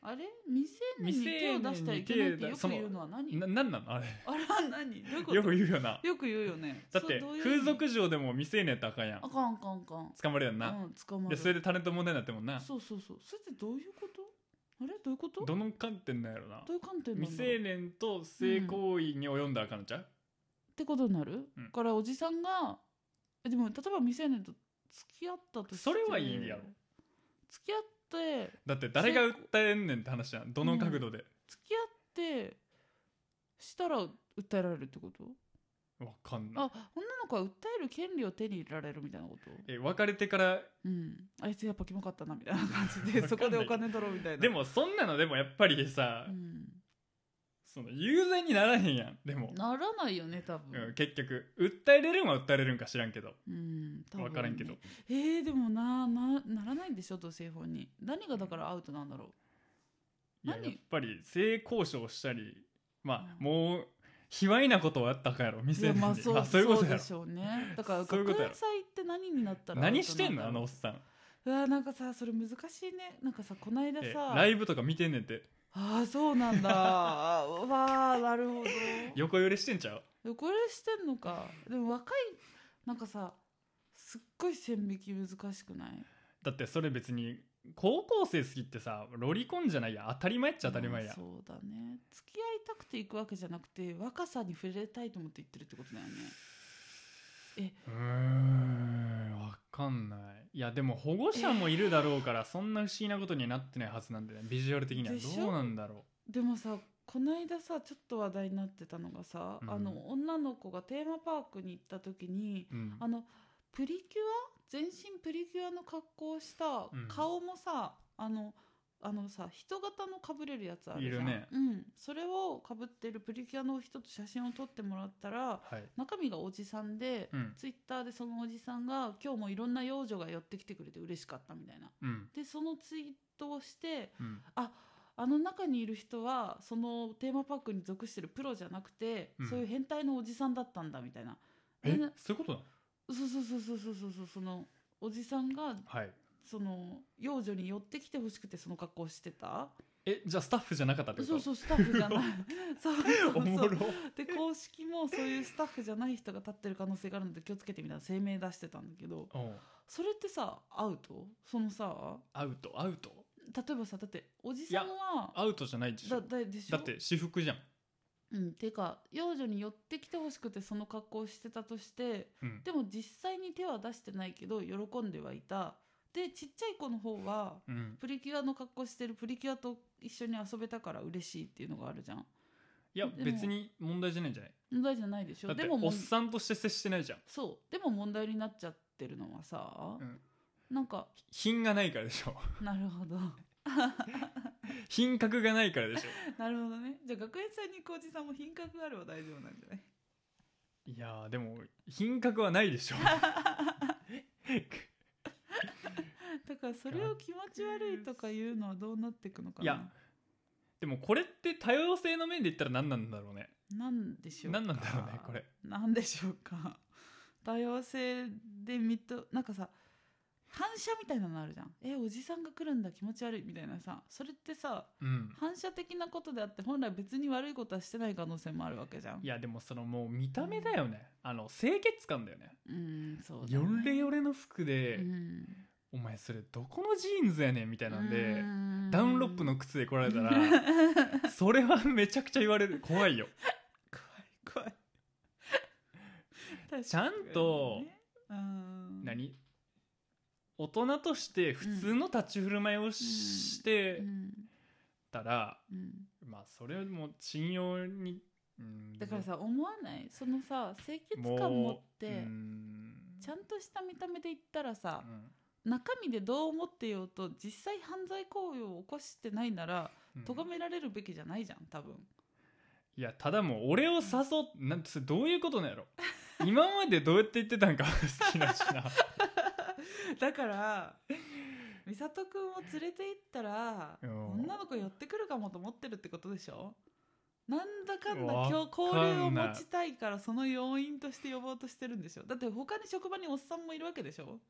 あれ未成年に手を出してはいけないってよく言うのはう何な何なの あれあら何どういうことよく言うよなよく言うよねだってそうどういう意味風俗嬢でも未成年やってあかんやんあかんあかんあかん捕まるやんな、うん、捕までるそれでタレント問題になってもんなそうそうそうそれってどういうことあれどういうことどの観点なんやろなどういう観点なんだ未成っ年と性行為に及んだらあかんのちゃう、てことになる、うんだからおじさんがえでも例えば未成年と付き合ったとしてそれはいいやろ付き合ってだって誰が訴えんねんって話じゃんどの角度で、付き合ってしたら訴えられるってことわかんないあ女の子は訴える権利を手に入れられるみたいなことえ別れてからうんあいつやっぱキモかったなみたいな感じわかんでないそこでお金取ろうみたいなで、もそんなのでもやっぱりさ、うん、その有罪にならへんやんでも、ならないよね多分うん、結局訴えれるんは訴えれるんか知らんけどうん、多分分からんけどねえー、でもななならないんでしょ同性法に何がだからアウトなんだろいやや何っぱり性交渉したりまあ、うんもう卑猥なことはやったかやろう未成年いやまあにそうあそういうことやでしろょうねだからそういう学ことやろ園祭って何になったらアウトなんだろう何してんのあのおっさんえうわなんかさそれ難しいねなんかさこないだえさライブとか見てんねんってああそうな んだあーうわあなるほど横揺れしてんちゃうでこれしてんのかでも若いなんかさすっごい線引き難しくないだってそれ別に高校生好きってさロリコンじゃないや当たり前っちゃ当たり前や、まあそうだね付き合いたくて行くわけじゃなくて若さに触れたいと思って行ってるってことだよねうーんわかんないいやでも保護者もいるだろうからそんな不思議なことにはなってないはずなんでねビジュアル的にはでしょどうなんだろでもさこないださちょっと話題になってたのがさ、うんあの女の子がテーマパークに行った時にう、うん、あのプリキュア全身プリキュアの格好をしたうん顔もさ、あのあのさ人型のかぶれるやつあるじゃんいるねうん、それをかぶってるプリキュアの人と写真を撮ってもらったらはい中身がおじさんで、うんツイッターでそのおじさんが今日もいろんな幼女が寄ってきてくれて嬉しかったみたいなうんでそのツイートをしてうんああの中にいる人はそのテーマパークに属してるプロじゃなくて、うんそういう変態のおじさんだったんだみたいなえなそういうことなのそうそうそうそうそうそうそうそのおじさんがはいその幼女に寄ってきてほしくてその格好をしてたえじゃあスタッフじゃなかったってことそうそうスタッフじゃないそうおそうそもうろで公式もそういうスタッフじゃない人が立ってる可能性があるので気をつけてみたいな声明出してたんだけどおうそれってさアウトそのさアウトアウト例えばさだっておじさんはアウトじゃないでしだょだでしょだって私服じゃん、うん、ていうか幼女に寄ってきてほしくてその格好をしてたとしてうん、でも実際に手は出してないけど喜んではいたでちっちゃい子の方はうん、プリキュアの格好してるプリキュアと一緒に遊べたから嬉しいっていうのがあるじゃんいやでも別に問題じゃないんじゃない問題じゃないでしだょってでもおもっんさんとして接してないじゃんそうでも問題になっちゃってるのはさ、うんなんか品がないからでし ょなるほど品格がないからでしょなるほどねじゃあ学園祭に行くおじさんも品格があれば大丈夫なんじゃない いやーでも品格はないで しょだからそれを気持ち悪いとか言うのはどうなっていくのかないやでもこれって多様性の面で言ったら何なんだろうねなんでしょうか何なんだろうねこれなんでしょうか多様性でみとなんかさ反射みたいなのあるじゃんえおじさんが来るんだ気持ち悪いみたいなさそれってさうん反射的なことであって本来別に悪いことはしてない可能性もあるわけじゃんいやでもそのもう見た目だよねあの清潔感だよねうんそうだ、ね、ヨレヨレの服で、うんお前それどこのジーンズやねんみたいなんで、うんダウンロップの靴で来られた らそれはめちゃくちゃ言われる怖いよ怖い怖い確かにねちゃんとうん何大人として普通の立ち振る舞いをししてうんたら、うんまあそれも信用に、うんだからさ思わないそのさ清潔感持って、もううんちゃんとした見た目で言ったらさう、ん中身でどう思ってようと実際犯罪行為を起こしてないならうん咎められるべきじゃないじゃん 多分いやただもう俺を誘うなんてそれどういうこと なんやろ今までどうやって言ってたんか好きだしな だから美里くんを連れて行ったらうん女の子寄ってくるかもと思ってるってことでしょなんだかんだわ今日交かんない流を持ちたいからその要因として呼ぼうとしてるんでしょだって他に職場におっさんもいるわけでしょ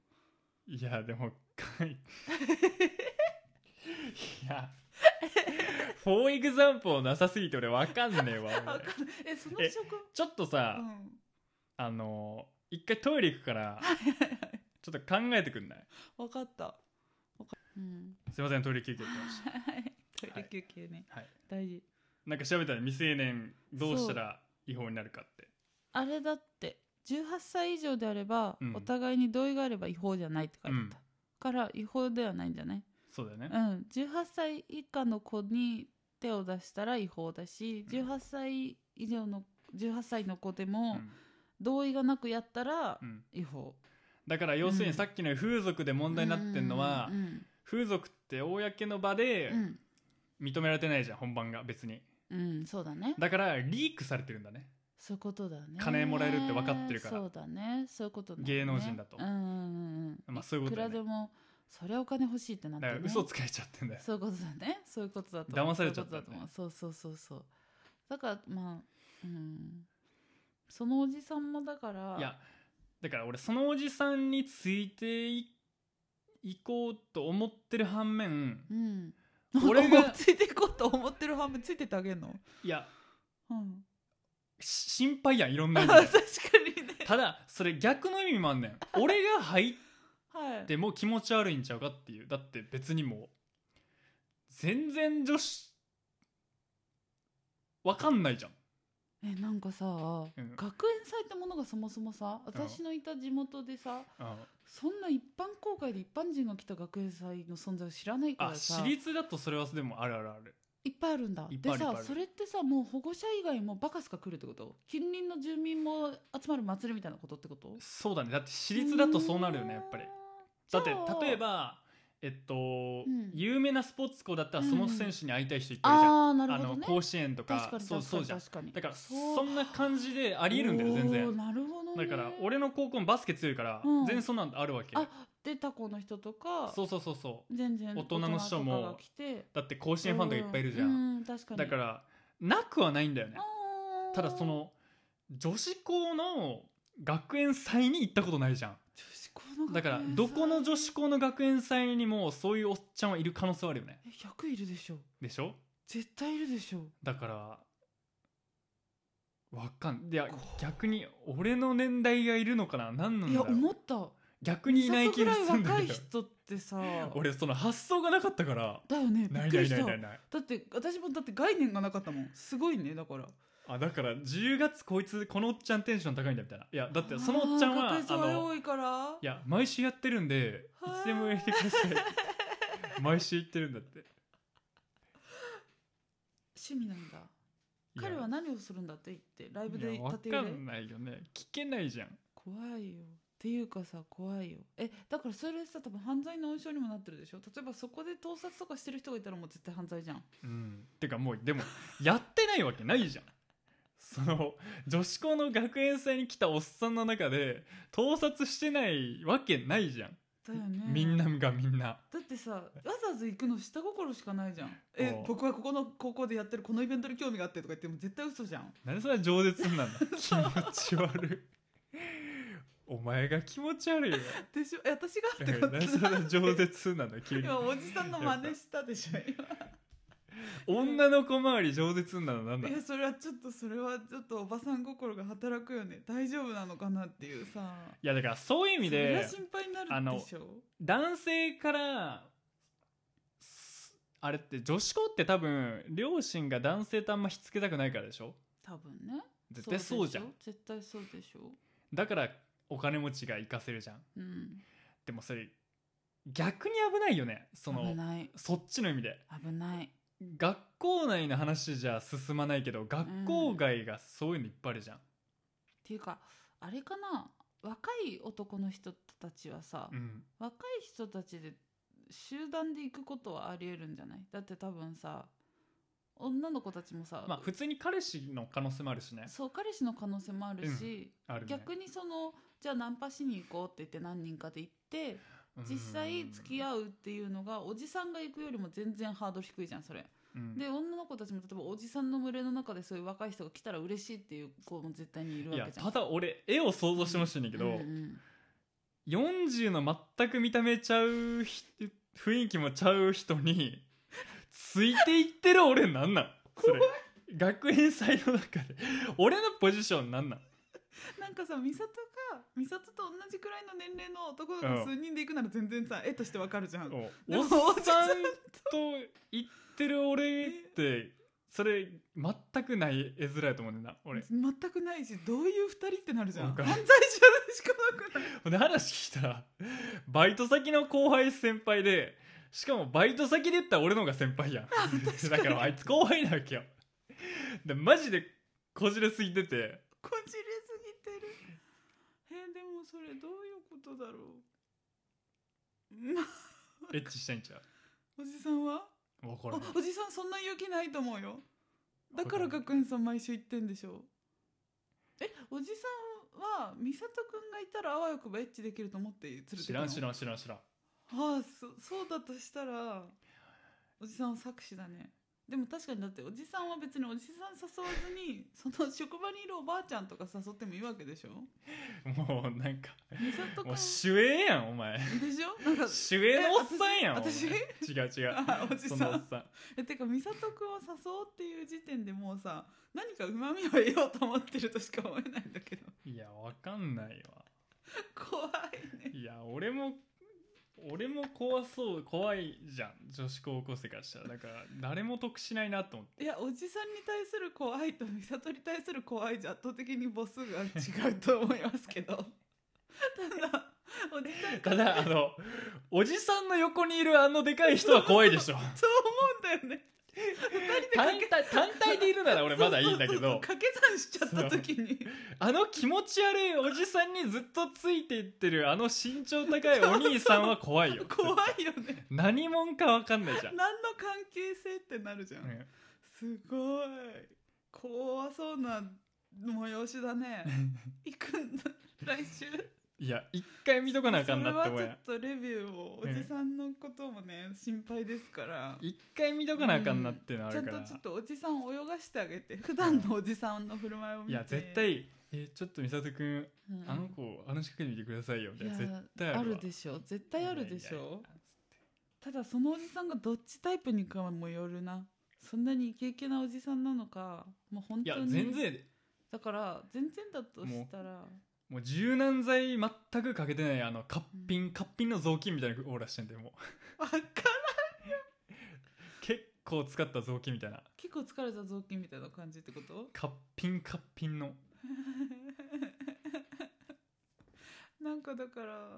いやでも かいいや for example なさすぎて俺わかんねえわあ わ俺かんないえそのえ職ちょっとさ、場、うん、あの一回トイレ行く からちょっと考えてくんない分かったわかうんすいませんトイレ休憩行ってましはいトイレ休憩ね、たはい大事なんか調べたら未成年どうしたら違法になるかってあれだって18歳以上であれば、うんお互いに同意があれば違法じゃないって書いてあった、うから違法ではないんじゃない、そうだようね、ん、18歳以下の子に手を出したら違法だしうん18歳以上の18歳の子でうもん同意がなくやったらうん違法、だから要するにさっきの風俗で問題になってんのは、うん風俗って公の場うでん、認められてないじゃん本番が別にうんそうだねだからリークされてるんだねそういうことだね金もらえるって分かってるからそうだねそういうことだね芸能人だとうんうんうんまあそういうことだいよくねらでもそれはお金欲しいってなって、だかねら、嘘つかれちゃってんだよそういうことだね。そういうことだと。騙されちゃったんだねそういうことだと思うそうそうそうそう。だからまあ、うん。そのおじさんもだから、いやだから俺そのおじさんについてい行こうと思ってる反面うん、俺俺ががついていこうと思ってる半分ついてってあげんの、いやうん、し心配やんいろんなあ意 確か味でにねただそれ逆の意味もあんねん俺が入っはいでも気持ち悪いんちゃうかっていうだって別にもう全然女子わかんないじゃんえなんかさ、ん学園祭ってものがそもそもさ私のいた地元でさ、あそんな一般公開で一般人が来た学園祭の存在を知らないからさ私立だとそれはでもあるあるあるいっぱいあるんだいっぱいであるいっぱさいあるそれってさもう保護者以外もバカスカ来るってこと近隣の住民も集まる祭りみたいなことってことそうだねだって私立だとそうなるよねやっぱりだってじゃあ例えばえっと、ん有名なスポーツ校だったらうんその選手に会いたい人いっぱいいるじゃん、ああなるあほどのね甲子園と確かかに確かそうにそうじゃん確かにだからそうそんな感じでありえるんだよ全おー然なるほど、だね、から俺の高校もバスケ強いから、うん全然そんなんあるわけあで他校の人とかそうそうそうそう全然大人の人も大とかが来てだって甲子園ファンとかいっぱいいるじゃ、うんう確かにだからなくはないんだよねあーただその女子校の学園祭に行ったことないじゃん女子校の学園祭だからどこの女子校の学園祭にもそういうおっちゃんはいる可能性はあるよねえ100いるでしょでしょ絶対いるでしょだからわかんいやこ逆に俺の年代がいるのかな何なんいだやろう思った逆にいない気がするん美里ぐだらけいど若い人ってさ俺その発想がなかったからだよねびなっいくなりいしないたないないだって私もだって概念がなかったもんすごいねだからあだから10月こいつこのおっちゃんテンション高いんだみたいないやだってそのおっちゃんはああー学園祭の多いからいや毎週やってるんでいはいつでもやってください毎週行ってるんだって趣味なんだいや彼は何をするんだって言ってライブでいやわ立てか入れんないよね聞けないじゃん怖いよっていうかさ怖いよえだからそれさ多分犯罪の温床にもなってるでしょ例えばそこで盗撮とかしてる人がいたらもう絶対犯罪じゃんうんてかもうでもやってないわけないじゃんその女子校の学園祭に来たおっさんの中で盗撮してないわけないじゃん、だよねみんながみんなだってさわざわざ行くの下心しかないじゃんおえう僕はここの高校でやってるこのイベントに興味があってとか言っても絶対嘘じゃんなんでそれは饒舌になん だ気持ち悪いお前が気持ち悪いよでしょえ私がっなてんこでそれはと饒舌なんだ急に今おじさんの真似したでしょ女の子周り饒舌なのなんだ今いやそれはちょっとそれはちょっとおばさん心が働くよね大丈夫なのかなっていうさいやだからそういう意味そりでゃ心配になるでしょ男性からすあれって女子校って多分両親が男性とあんましつけたくないからでしょ多分ね絶対そうじゃんでしょ絶対そうでしょだからお金持ちが行かせるじゃんうんでもそれ逆に危ないよねそ危のないそっちの意味で危ない学校内の話じゃ進まないけど学校外がそういうのいっぱいあるじゃん、っていうかあれかな若い男の人たちはさ、うん若い人たちで集団で行くことはありえるんじゃないだって多分さ女の子たちもさ、まあ普通に彼氏の可能性もあるしねそう彼氏の可能性もあるし、あるね逆にそのじゃあナンパしに行こうって言って何人かで行って実際付き合合うっていうのがおじさんが行くよりも全然ハードル低いじゃんそれ。うん、で女の子たちも例えばおじさんの群れの中でそういう若い人が来たら嬉しいっていう子も絶対にいるいわやけじゃん。ただ俺絵を想像してほしいんだけど、うんうん40の全く見た目ちゃうひ雰囲気もちゃう人についていってる俺なんなんそれ学園祭の中で俺のポジションなんなんなんかさ美里が美里と同じくらいの年齢の男の子数人で行くなら全然さ絵としてわかるじゃん。 おでおもっさんと言ってる俺ってそれ全くない絵面やと思うねんだな俺全くないしどういう二人ってなるじゃんわか犯る罪者でしかなくないで話聞いたらバイト先の後輩先輩でしかもバイト先で言ったら俺の方が先輩やんだからあいつ後輩なわけよでマジでこじれすぎててこじれすぎてる えでもそれどういうことだろう まエッチしたいんちゃおじさんはう分からあんおじさんそんな勇気ないと思うよだからわかんない学園さん毎週行ってんでしょえおじさんは美里くんがいたらあわよくばエッチできると思って連れてくの知らん知らん知らん知らんああそそうだとしたらおじさんは作詞だねでも確かにだっておじさんは別におじさん誘わずにその職場にいるおばあちゃんとか誘ってもいいわけでしょもうなんか美里もう君主演やんお前でしょなん か主演のおっさんやんえ私お前違う違うあおじそさんのおっさんえてか美里君を誘うっていう時点でもうさ何かうまみを得ようと思ってるとしか思えないんだけど いやわかんないわ怖いねいや俺も俺も怖そう怖いじゃん女子高校生からしたらだから誰も得しないなと思っていやおじさんに対する怖いと美里に対する怖いじゃ圧倒的に母数が違うと思いますけどただおじさんただあのおじさんの横にいるあのでかい人は怖いで しょそう思うんだよね二人でか単け体単体でいるなら俺まだいいんだけそうそうそうど掛け算しちゃった時にあの気持ち悪いおじさんにずっとついていってるあの身長高いお兄さんは怖いよ怖いよね何者かわかんないじゃん、何の関係性ってなるじゃん、すごい怖そうな催しだね行くんだ来週うんいや一回見とかなあかんなってそ思うれやはんちょっとレビューをおじさんのこともね、心配ですから一回見とかなあかんなってのあちるゃんかとら、ちょっとおじさんを泳がしてあげて普段のおじさんの振る舞いを見ていや絶、対えちょっと美里くんうんあの子話しかけてみてくださいよみたいない絶や対ああるわるでしょ絶対あるでしょいやいやいやただそのおじさんがどっちタイプにかもよるなそんなにイケイケなおじさんなのかもう本当いやに全然だから全然だとしたらもう柔軟剤全くかけてないあのカッピン、カッピンの雑巾みたいなオーラしてんでもう あから結構使った雑巾みたいな結構疲れた雑巾みたいな感じってことカッピンカッピンのなんかだから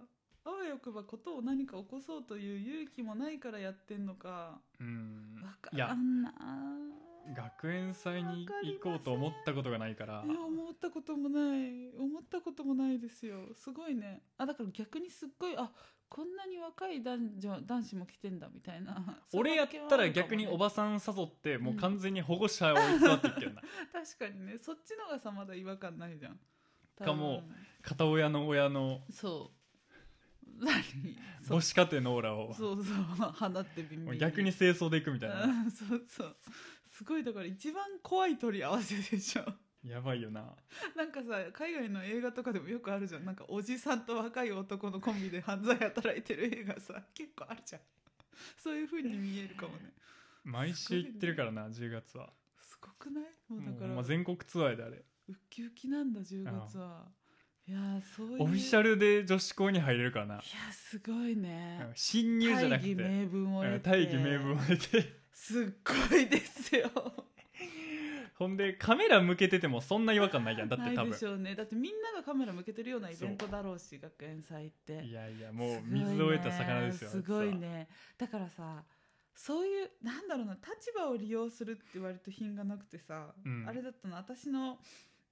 あわよくばことを何か起こそうという勇気もないからやってんのかうんわかいやらんな学園祭に行こうと思ったことがないからいや思ったこともない思ったこともないですよすごいねあだから逆にすっごいあこんなに若い男女男子も来てんだみたいな 俺やったら逆におばばさん誘ってもう完全に保護者を偽っていってる な確かにねそっちのがさまだ違和感ないじゃんかも多分片親の親の そう何そ母う子家庭のオーラをそうそう放ってビンもうビン逆に清掃でいくみたいなうん そうそうすごいだから一番怖い取り合わせでしょやばいよななんかさ海外の映画とかでもよくあるじゃんなんかおじさんと若い男のコンビで犯罪働いてる映画さ 結構あるじゃんそういう風に見えるかもね毎週行ってるからな10月はすごくないもうだもうかほんまら全国ツアーであれウッキウキなんだ10月はいやーそういうオフィシャルルで女子校に入れるからないやすごいね侵入じゃなくて大義名分をう得んて大義名分を得てすっごいですよほんでカメラ向けててもそんな違和感ないやんだってな多い分でしょうねだってみんながカメラ向けてるようなイベントだろうし学園祭っていやいやもうすごいね水を得た魚ですよすごいねだからさそういうなんだろうな立場を利用するって割と品がなくてさ、うんあれだったの私の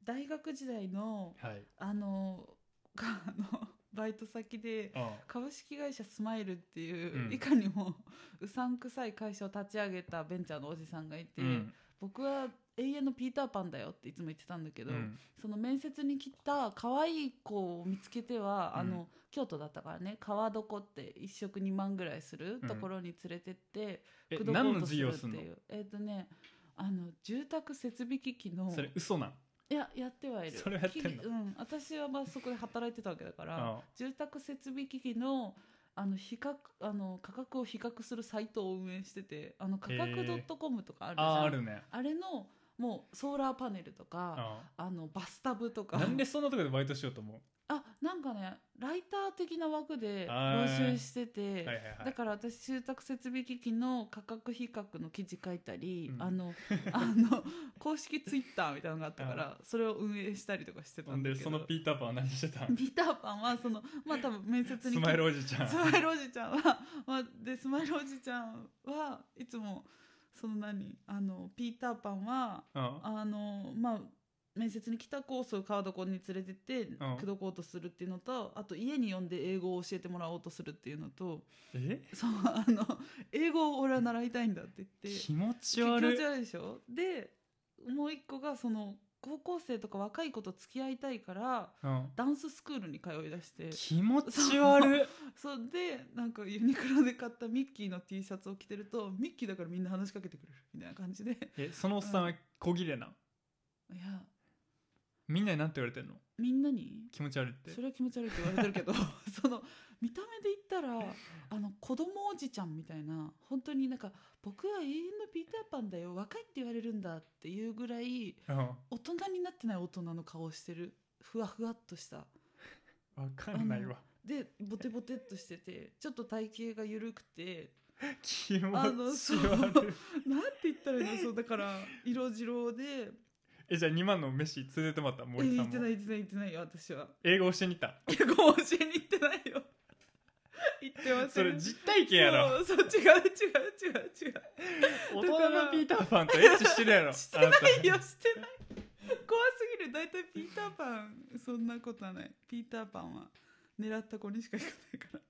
大学時代のあいつははいあのかあの バイト先であ株式会社スマイルっていう、うんいかにもうさんくさい会社を立ち上げたベンチャーのおじさんがいて、うん僕は永遠のピーターパンだよっていつも言ってたんだけど、うんその面接に来た可愛い子を見つけては、うんあの京都だったからね川床って一食2万ぐらいするところに連れてって、え口説こ何うのとす授る業ってすんのいうえっ、とねあの住宅設備機器のそれ嘘なんいややってはいるそれやってんの機器うん、私はまあそこで働いてたわけだからあ住宅設備機器のあの比較あの価格を比較するサイトを運営しててあの価へ格ー .com とかあるじゃんああるねあれのもうソーラーパネルとか、ああのバスタブとかなんでそんなとこでバイトしようと思うあなんかねライター的な枠であー募集してて、はいはいはだいから私住宅設備機器の価格比較の記事書いたり、うんあのあ の公式ツイッターみたいなのがあったからそれを運営したりとかしてたほんんだでけどそのピーターパンは何して たんピーターパンはそのまあ多分面接にス来てマイルおじちゃんスマイルおじちゃんは、まあ、でスマイルおじちゃんはいつもその何あのピーターパンはうんあのまあ面接に来たコースを川床に連れてってん口説こうとするっていうのとあと家に呼んで英語を教えてもらおうとするっていうのとえそうあの英語を俺は習いたいんだって言って気持ち気持悪いち悪いでしょでもう一個がその高校生とか若い子と付き合いたいからうん、ダンススクールに通いだして気持ち悪いそんでなんかユニクロで買ったミッキーの T シャツを着てるとミッキーだからみんな話しかけてくれるみたいな感じでい えそのおっさんは小切れな、やみんなになんて言われてんのみんなに気持ち悪いってそれは気持ち悪いって言われて るけどその見た目で言ったらあの子供おじちゃんみたいな本当になんか僕は永遠のピーターパンだよ若いって言われるんだっていうぐらいうん、わ大人になってない大人の顔をしてるふわふわっとしたかんないわでボテボテっとしててちょっと体型が緩くて気持あのちそう悪いなんて言ったらいいのそうだから色白で えじゃあ2万の飯連れてもらったえ森言さっんてなもい言ってない言ってないよ私は英語教えに行ったいやご教えに行ってないよ行ってませんそれ実体験やろそうそう違う違う違う違う大だから人のピーターパンとエッチしてるやろしてないよあしてたない怖すぎる大体ピーターパンそんなことはないピーターパンは狙った子にしか行かないから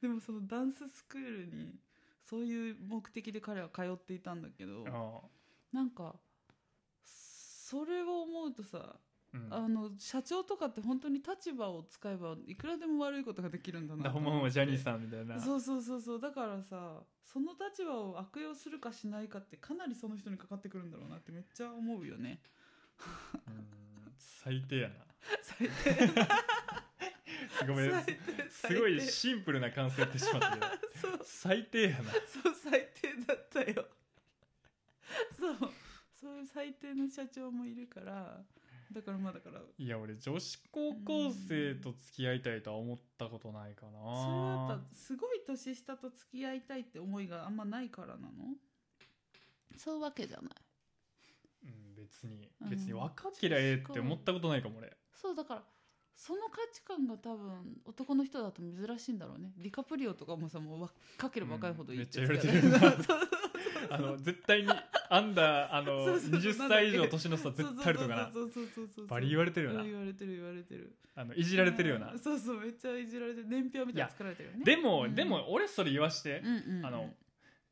でもそのダンススクールにそういう目的で彼は通っていたんだけどなんかそれを思うとさうんうんあの社長とかって本当に立場を使えばいくらでも悪いことができるんだなだとほん思まってほんまジャニーさんみたいなそうそうそうそうだからさその立場を悪用するかしないかってかなりその人にかかってくるんだろうなってめっちゃ思うよねうん最低やな最低ごめん最低すごい最低シンプルな感想言ってしまったけ どそう最低やなそう最低だったよそうそういう最低の社長もいるからだからまあだからいや俺女子高校生と付き合いたいとは思ったことないかなそれはやっぱすごい年下と付き合いたいって思いがあんまないからなのそういうわけじゃないうん別にうん別に若けりゃええって思ったことないかも俺そうだからその価値観が多分男の人だと珍しいんだろうねディカプリオとかもさもう若ければ若いほどいいうんめっちゃ言言われてるな そうあの絶対にアンダーあのそうそうそう20歳以上年の差絶対あるとかな そうそうそうそうそうそうそうバリ言われてるよなうん言われてる言われてるあのいじられてるよなそうそうめっちゃいじられてる年表みたいに作られてるよねでも、うんでも俺それ言わして、うんうんうんあの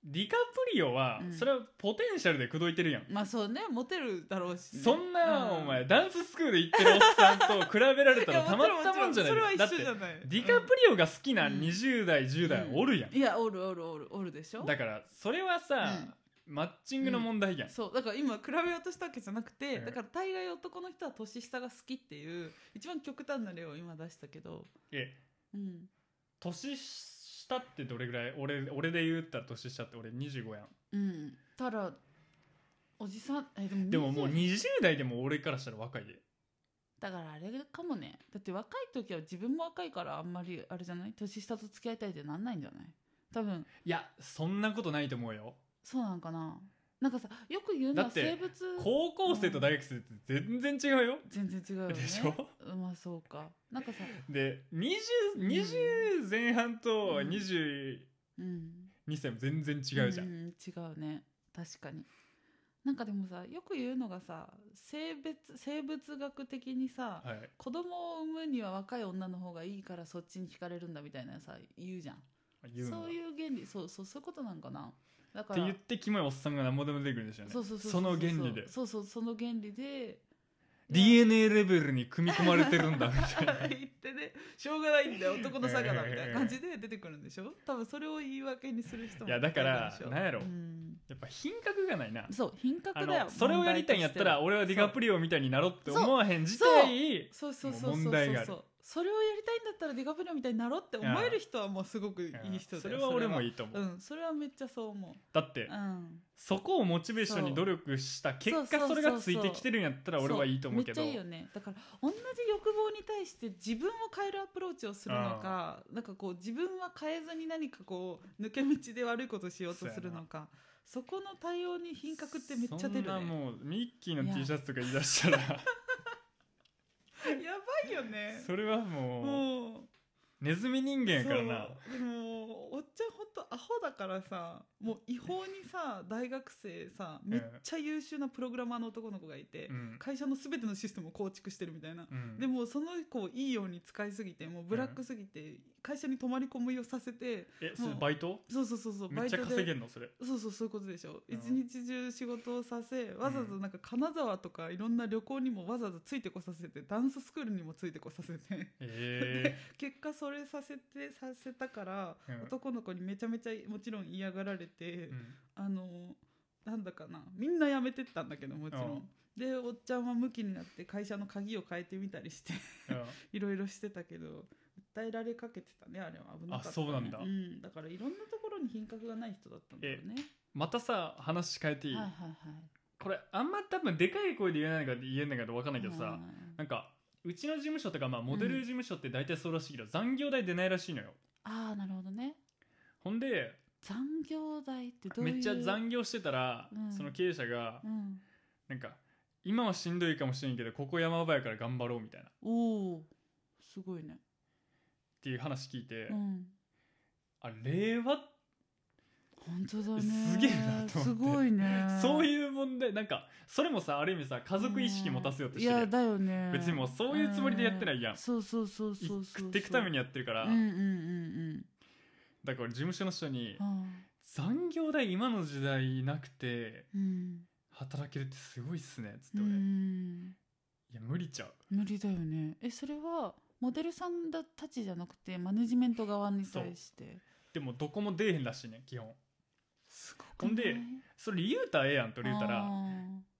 ディカプリオはうんそれはポテンシャルで口説いてるやん、まあそうねモテるだろうしねそんな、うお前ダンススクール行ってるおっさんと比べられたいやらたまったもんじゃないちろちろそれだはって一緒じ デゃないィカプリオが好きなうん20代10代おるやん、いやおるおるおるおるでしょだからそれはさ、マッチングの問題やん、そうだから今比べようとしたわけじゃなくて、うんだから大概男の人は年下が好きっていう一番極端な例を今出したけど、えうん、年下ってどれぐらい俺俺で言ったら年下って俺25やんうん、ただおじさんえでもでももう20 20代でも俺からしたら若いでだからあれかもねだって若い時は自分も若いからあんまりあれじゃない年下と付き合いたいってなんないんじゃない多分いやそんなことないと思うよそうなんかななんかさよく言うのだはって生物高校生と大学生って全然違うよ、全然違うよねでしょうんまあそうかなんかさで 20, 20前半とうん22うん歳も全然違うじゃん、んん違うね確かになんかでもさよく言うのがさ生物生物学的にさはい、子供を産むには若い女の方がいいからそっちに惹かれるんだみたいなさ言うじゃん言うのはそういう原理そうそうそういうことなんかなだかってら言ってキモいおっさんが何もでも出てくるんですよねそうそうそうその原理でそうそうその原理で DNA レベルに組み込まれてるんだみたいな言ってねしょうがないんだよ男の差がだみたいな感じで出てくるんでしょ多分それを言い訳にする人もいやだからいるでしょなんやろうんやっぱ品格がないなそう品あ格だよのそれをやりたいんやったら問俺はディカプリオみたいになろうって思わへん自そう体題としてはそうそうそうもうそ問う題がそあるうそうそれをやりたいんだったらディカプリオみたいになろうって思える人はもうすごくいい人だよそれは俺もいいいと思う、うんそれはめっちゃそう思だってううんそこをモチベーションに努力した結そ果うそれがついてきてるんやった ら俺はいいと思うそけめどっちゃいいよねだから同じ欲望に対して自分を変えるアプローチをするのかなんかこう自分は変えずに何かこう抜け道で悪いことしようとするのかそこの対応に品格ってめっちゃ出そんるなねもうミッキーの T シャツとか言い出したらやばいよ ねそれはもうもうネズミ人間やからなそうでもおっちゃんほんとアホホだからさもう違法にさ大学生さめっちゃ優秀なプログラマーの男の子がいて、うん会社の全てのシステムを構築してるみたいな、うんでもその子をいいように使いすぎてもうブラックすぎて、会社に泊まり込みをさせてえそれもうバイトそうそうそうそうめっちゃ稼げんのそれそうそうそういうことでしょうん一日中仕事をさせわざわざなんか金沢とかいろんな旅行にもわざわざついてこさせてダンススクールにもついてこさせて え結果それさせてさせたから、えうん男の子にめちゃめちゃもちろん嫌がられて、うんあのなんだかなみんな辞めてったんだけどもちろん。でおっちゃんはムキになって会社の鍵を変えてみたりしてうんいろいろしてたけど訴えられかけてたねあれは危なかっあた、ね、そうなんだうん、だからいろんなところに品格がない人だったんだろうねまたさ話変えていい、はいはいはいこれあんま多分でかい声で言えないのか言えないか分かんないけどさ、はいなんかうちの事務所とか、まあ、モデル事務所って大体そうらしいけど、残業代出ないらしいのよああなるほどねほんで残業代ってどういうめっちゃ残業してたら、うんその経営者が、うんなんか今はしんどいかもしれんけどここ山場やから頑張ろうみたいなっおおすごいねていう話聞いて、うんあ令和本当だねすげえなと思ってすごいねそうういう問題なんかそれもさある意味さ家族意識持たせようとしいてるややんだよね別にもうそういうつもりでやってないやんうそうそうそうそうそう食っていくためににやってるから、うんうんうんだから事務所の人にうんあ残業代今の時代なくてーうん働けるってすごいっすねっつってう俺、いんや無理ちゃう無理だよねえそれはモデルさんだたちじゃなくてマネジメント側に対してでもどこも出えへんらしいね基本すごくほんでそれ言うたらええやんとそ言うたら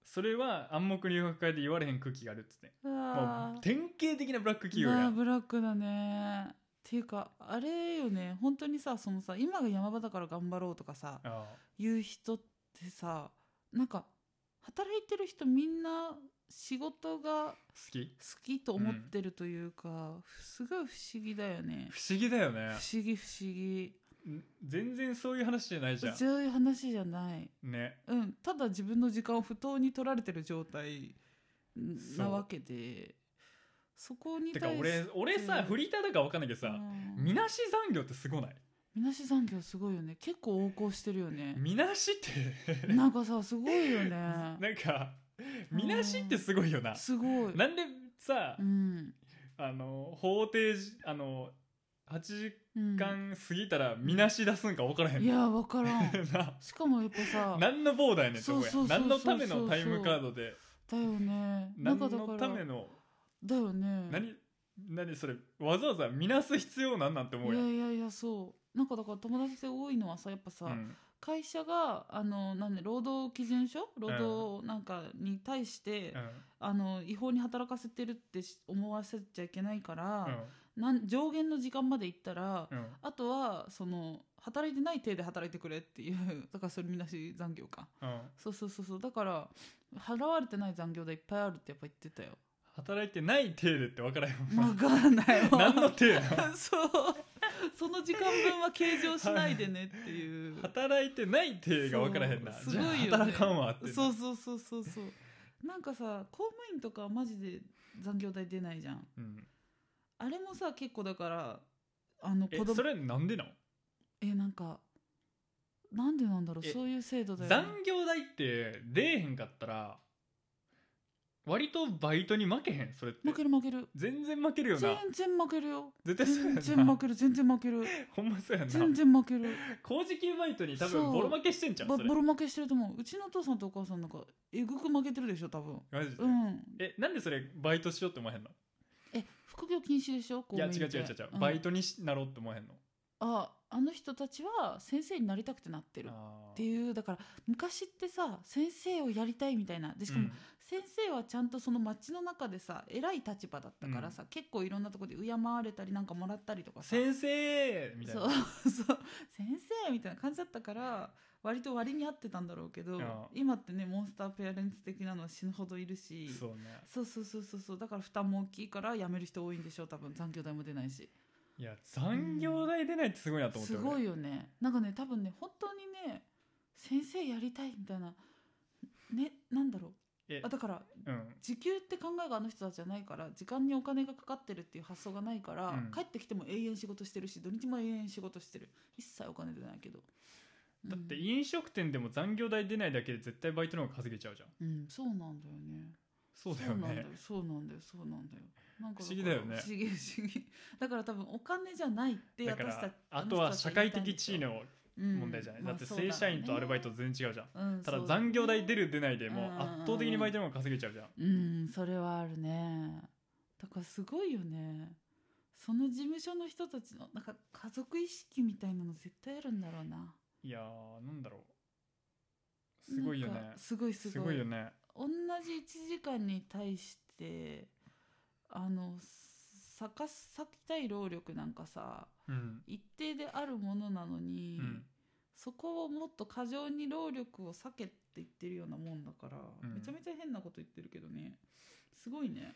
それは暗黙留学会で言われへん空気があるっつってうわもうー典型的なブラック企業なやあんブラックだねっていうかあれよね本当にさそのさ今が山場だから頑張ろうとかさあ言う人ってさなんか働いてる人みんな仕事が好き好きと思ってるというか、すごい不思議だよね不思議だよ不ね思議不思議ん全然そういう話じゃないじゃそういう話じゃないんねうんただ自分の時間を不当に取られてる状態そうなわけでそこにてか俺俺さフリーターだから分かんないけどさうんみなし残業ってすごないみなし残業すごいよね結構横行してるよねみなしってなんかさすごいよ ねなんかみなしってすごいよなすごいなんでさうんあの法定時あの8時うん間過ぎたらみなし出すんか分からへんいや分からん なしかもやっぱ さ何のボーダーやねんそこやそうそうそうそ何うのためのタイムカードでだよねな何んかだのかたらめのだよね何何それわざわざ見なす必要なんなんて思ういややんいやいやそうなんかだから友達で多いのはさやっぱさ、うん会社があのなんで労働基準書労働なんかに対して、うんあの違法に働かせてるってし思わせちゃいけないかうら、んなん上限の時間まで行ったら、うんあとはその働いてない体で働いてくれっていう だからそれみなし残業かうんそうそうそうそうだから払われてない残業代いっぱいあるってやっぱ言って たよ働いてない体でって分からへんもわんかんないわな 何の体な そう その時間分は計上しないでねっていう 働いてない体が分からへんなそうじゃあすごいよね働かんわってなそうそうそうそうそうなんかさ公務員とかはマジで残業代出ないじゃんうんあれもさ結構だからあのえ子供それなんでなのえなんかなんでなんだろうえそういう制度だよね残業代って出えへんかったら割とバイトに負けへんそれって負ける負ける全然負けるよな全然負け るよ絶対そうや全な然負ける全然負ける ほんまそうやんな全然負ける工事系バイトに多そう分ボロ負けしてんじゃんボそれボロ負けしてると思ううちのお父さんとお母さんなんかえぐく負けてるでしょ多分マジで、うんえなんでそれバイトしようって思わへんのえ副業禁止でしょいや違う違う違う違う、バイトトにしなろうって思わへんのああの人たちは先生になりたくてなってるあーっていうだから昔ってさ先生をやりたいみたいなでしかうもん先生はちゃんとその町の中でさ偉い立場だったからさ、結構いろんなとこで敬われたりなんかもらったりとかさ先生みたいそなうそう先生みたいな感じだったから割と割に合ってたんだろうけどあ今ってねモンスターペアレンツ的なのは死ぬほどいるしそうねそうそうそうそうそうだから負担も大きいから辞める人多いんでしょ多分残業代も出ないしいや残業代出ないってすごいなと思って、すごいよよねなんかね多分ね本当にね先生やりたいみたいなねなんだろうえあだからうん時給って考えがあの人たちじゃないから時間にお金がかかってるっていう発想がないから、うん帰ってきても永遠仕事してるし土日も永遠仕事してる一切お金出ないけどだって飲食店でも残業代出ないだけで絶対バイトの方が稼げちゃうじゃんうん、うんそうなんだよねそうだよねそうなんだよそうなんだよそうなんだよなんか不思議だよね不思議不思議だから多分お金じゃないってだか私たらちあとは社会的地位の問問題じゃない、だって正社員とアルバイト全然違うじゃん、うんただ残業代出るる出ないでもううん圧倒的にバイトの方が稼げちゃうじゃんうんそれはあるねだからすごいよねその事務所の人たちのなんか家族意識みたいなの絶対あるんだろうないやーなんだろうすごいよなんねかすごいすすごいごいよね同じ1時間に対してあの咲か咲きたい労力なんかさうん一定であるものなのに、うんそこをもっと過剰に労力を避けって言ってるようなもんだから、うんめちゃめちゃ変なこと言ってるけどねすごいね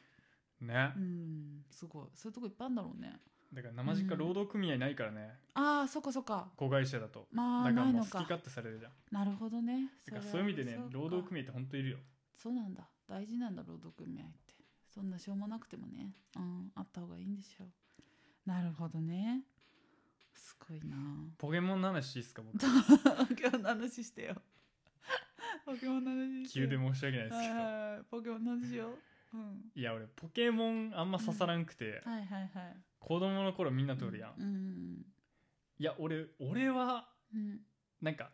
ねうんすごいそういうとこいっぱいあるんだろうねだから生実家労働組合ないからねああそっかそっか子会社だとだまかあらないもうの好きか勝手されるじゃんなるほどねだかられはそういう意味でねそっか労働組合って本当いるよそうなんだ大事なんだ労働組合ってそんなしょうもなくてもねうんあった方がいいんでしょうなるほどねすごいな あポケモンの話いいっすか 僕ポケモンの話してよ。 ポケモンの話して急よ。で申し訳ないですけどはいポケモンの話よ。うん。いや俺ポケモンあんま刺さらんくて、はいはいはい。子供の頃みんな通るやん、うんいや俺俺はうんうん。なんか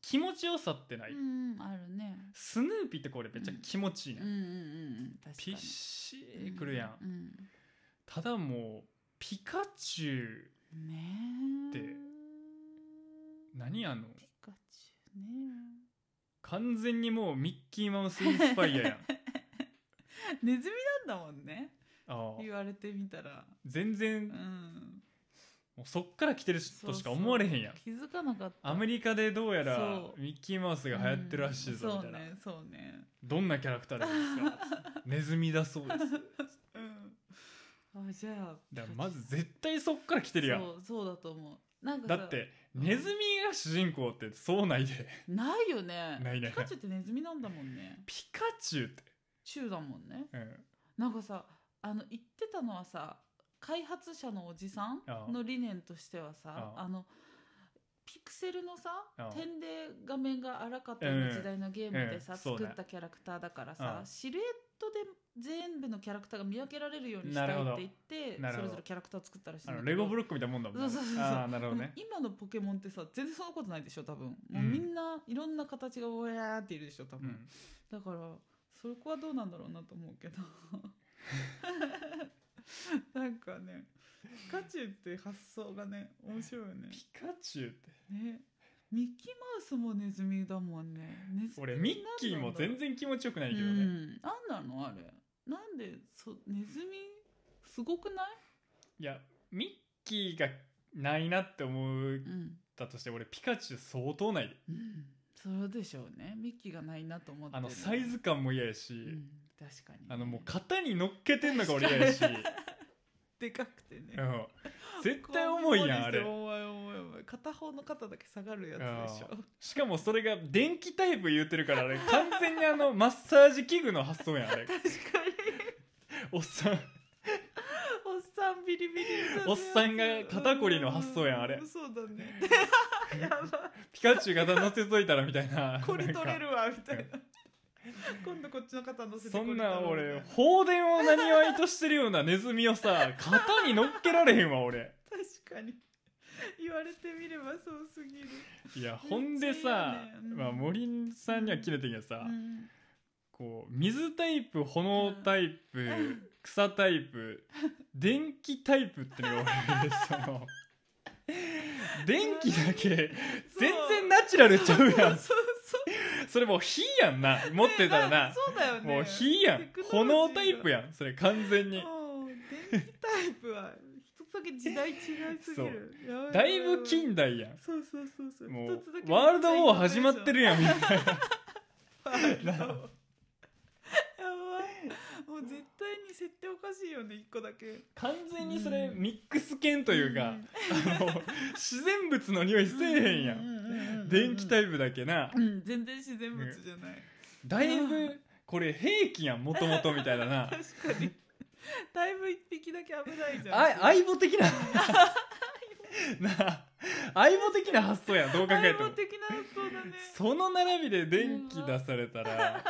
気持ちよさってない、うん。うん、あるね。スヌーピーってこれめっちゃ気持ちいいね、うんうんうん。確かに。ピッシーくるやん、うん。ただもうピカチュウうんねえ。で何あのピカチュウね。完全にもうミッキーマウスインスパイア やんネズミなんだもんね。ああ言われてみたら。全う然ん。もうそっから来てるしとしか思われへんやん気づかなかった。アメリカでどうやらそうミッキーマウスが流行ってるらしいぞみたいな、うんそうね、そうね。どんなキャラクターです かネズミだそうですうん。あ、じゃあ。だからまず絶対そっから来てるやんそうそうだと思うなんかださってうんネズミが主人公ってそうないで ないよねないねピカチュウってネズミなんだもんねピカチュウって、チュウだもんねうん、なんかさあの言ってたのはさ開発者のおじさんああの理念としてはさあああのピクセルのさああ点で画面が荒かったような時代のゲームでさ、うんそうね作ったキャラクターだからあ、さあシルエットで全部のキャラクターが見分けられるようにしなるたいっほどて言ってなるそほどれぞれキャラクター作ったらしいんあだのけどレゴブロックみたいなもんだもんねそうそうそうそうああなるほ どねでも今のポケモンってさ全然そんなことないでしょ多分もううんみんないろんな形がわーっているでしょ多う分、んだからそこはどうなんだろうなと思う けどなんかねピカチュウって発想がね面白いよねピカチュウってねミッキーマウスもネズミだもんねネズミ俺ミッキーも全然気持ちよくないけどね、うんなんなのあれなんでそネズミすごくない、いやミッキーがないなって思ううんだとして俺ピカチュウ相当ないでうん、そうでしょうねミッキーがないなと思ってあるのサイズ感も嫌やし、うん、確かに、あのもう型に乗っけてんのが俺嫌やし、でかくてね、うん、絶対重いやんあれ重い重い重い片方の肩だけ下がるやつでしょしかもそれが電気タイプ言うてるからあれ完全にあのマッサージ器具の発想やんあれ確かにおっさんおっさんビリビリおっさんが肩こりの発想やんあれうそうだねやばピカチュウ型乗せといたらみたいな これ取れるわみたいななん今度こっちの肩乗せてそんこなれ取ろう俺みたい放電を何わいとしてるようなネズミをさ型に乗っけられへんわ俺な確かに言われてみればそうすぎる、いやほんでさ、めっちゃ嫌ねうんまあ、森さんには切れてんけどさ、うんこう水タイプ炎タイプ、ん草タイプ電気タイプってのが 俺その電気だけ全然ナチュラルちゃうやんそうそうそれもう火やんな持ってたらなねそうだよねもう火やんテクノロ炎ジーがタイプやんそれ完全にうん電気タイプは一つだけ時代違いすぎるやばだいぶやば近代やんそうそうそうそうも一うつだけワールドウォー始まってるやんみ たいなワールドウォーな やばいもう絶対に設定おかしいよね一個だけ完全にそれうんミックス犬というか、あの自然物の匂いせえへんやん電気タイイプだけなプうん全然自然物じゃない、だいぶこれ兵器やんもともとみたいだ な確かにだいぶ一匹だけ危ないじゃんあ相棒 的ななあ相棒的な発想やんどう考えても相棒的な発想 だねその並びで電気出されたら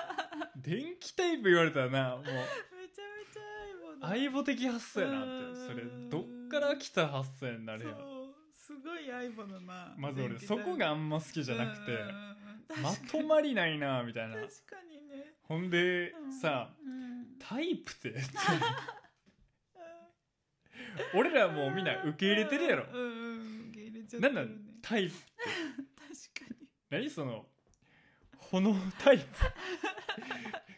電気タイプ言われたらなもうめちゃめちゃ相棒だ相棒的発想やなってそれどっから来た発想になるやんそうすごい相棒だなまず俺電気そ代こがあんま好きじゃなくてうんうんうんまとまりないなみたいな確かにねほんでさうんタイプ ってって俺らもうみんな受け入れてるやろうんうん受け入れちゃってなるんねなんタイプ確かに何その炎タ イプ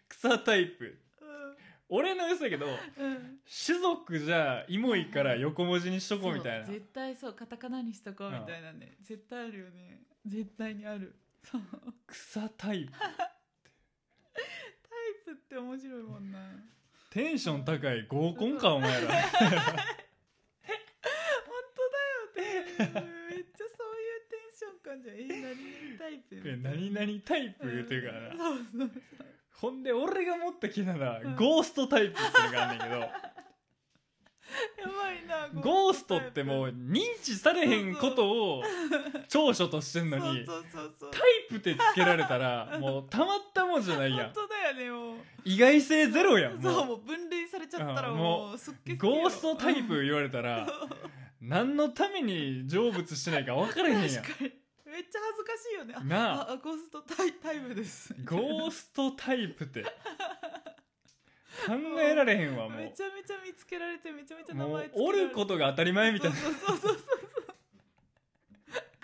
草タイプ俺の良さやけど うんうん種族じゃイモいから横文字にしとこうみたいなそう絶対そうカタカナにしとこうみたいなね、絶対あるよね絶対にあるそうタイ草タイププって面白い もんな本テンション高い合コンかお前ら 当だよねめっちゃそういうテンション感じゃんえ何々タイプみたいえな何々タイプ言うてるからなうんそうそうそうほんで俺が持った気ならうんゴーストタイプっていうのがあんねんけ やばいなど ゴーストってもうう認知されへんことを長所としてんのにそうそうそうそうタイプってつけられたらもうたまったもんじゃないや本ん当だよねもう意外性ゼロやんそうももう分類されちゃったらうんもうすっげうえゴーストタイプうん言われたらそう何のために成仏してないか分からへんや確かにめっちゃ恥ずかしいよねあんなあああゴーストタイタイプですゴーストタイプって考えられへんわもめちうゃめちゃ見つけられてめちゃめちゃ名も前うつけらおれてることが当たり前みたいなそうそうそうそうそう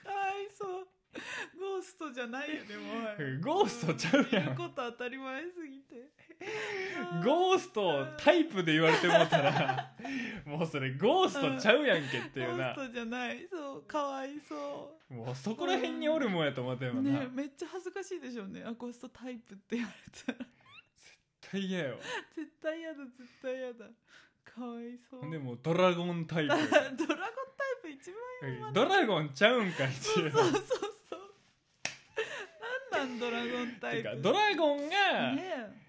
かわいそうゴーストじゃないよねもうゴーストちゃうやんいること当たり前すぎてーゴーストをタイプで言われてもうた らもうそれゴーストちゃうやんけっていうゴーなストじゃないそうかわいそもうそこら辺におるもんやと思ってんもうんなねめっちゃ恥ずかしいでしょうねあゴーストタイプって言われたら大変やよ絶対やだ絶対やだかわいそうほんでもうドラゴンタイプ だドラゴンタイプ一番ドラゴンちゃうんかいっそうそうそうていうそう。なんなんドラゴンタイてプ。かドラゴンがね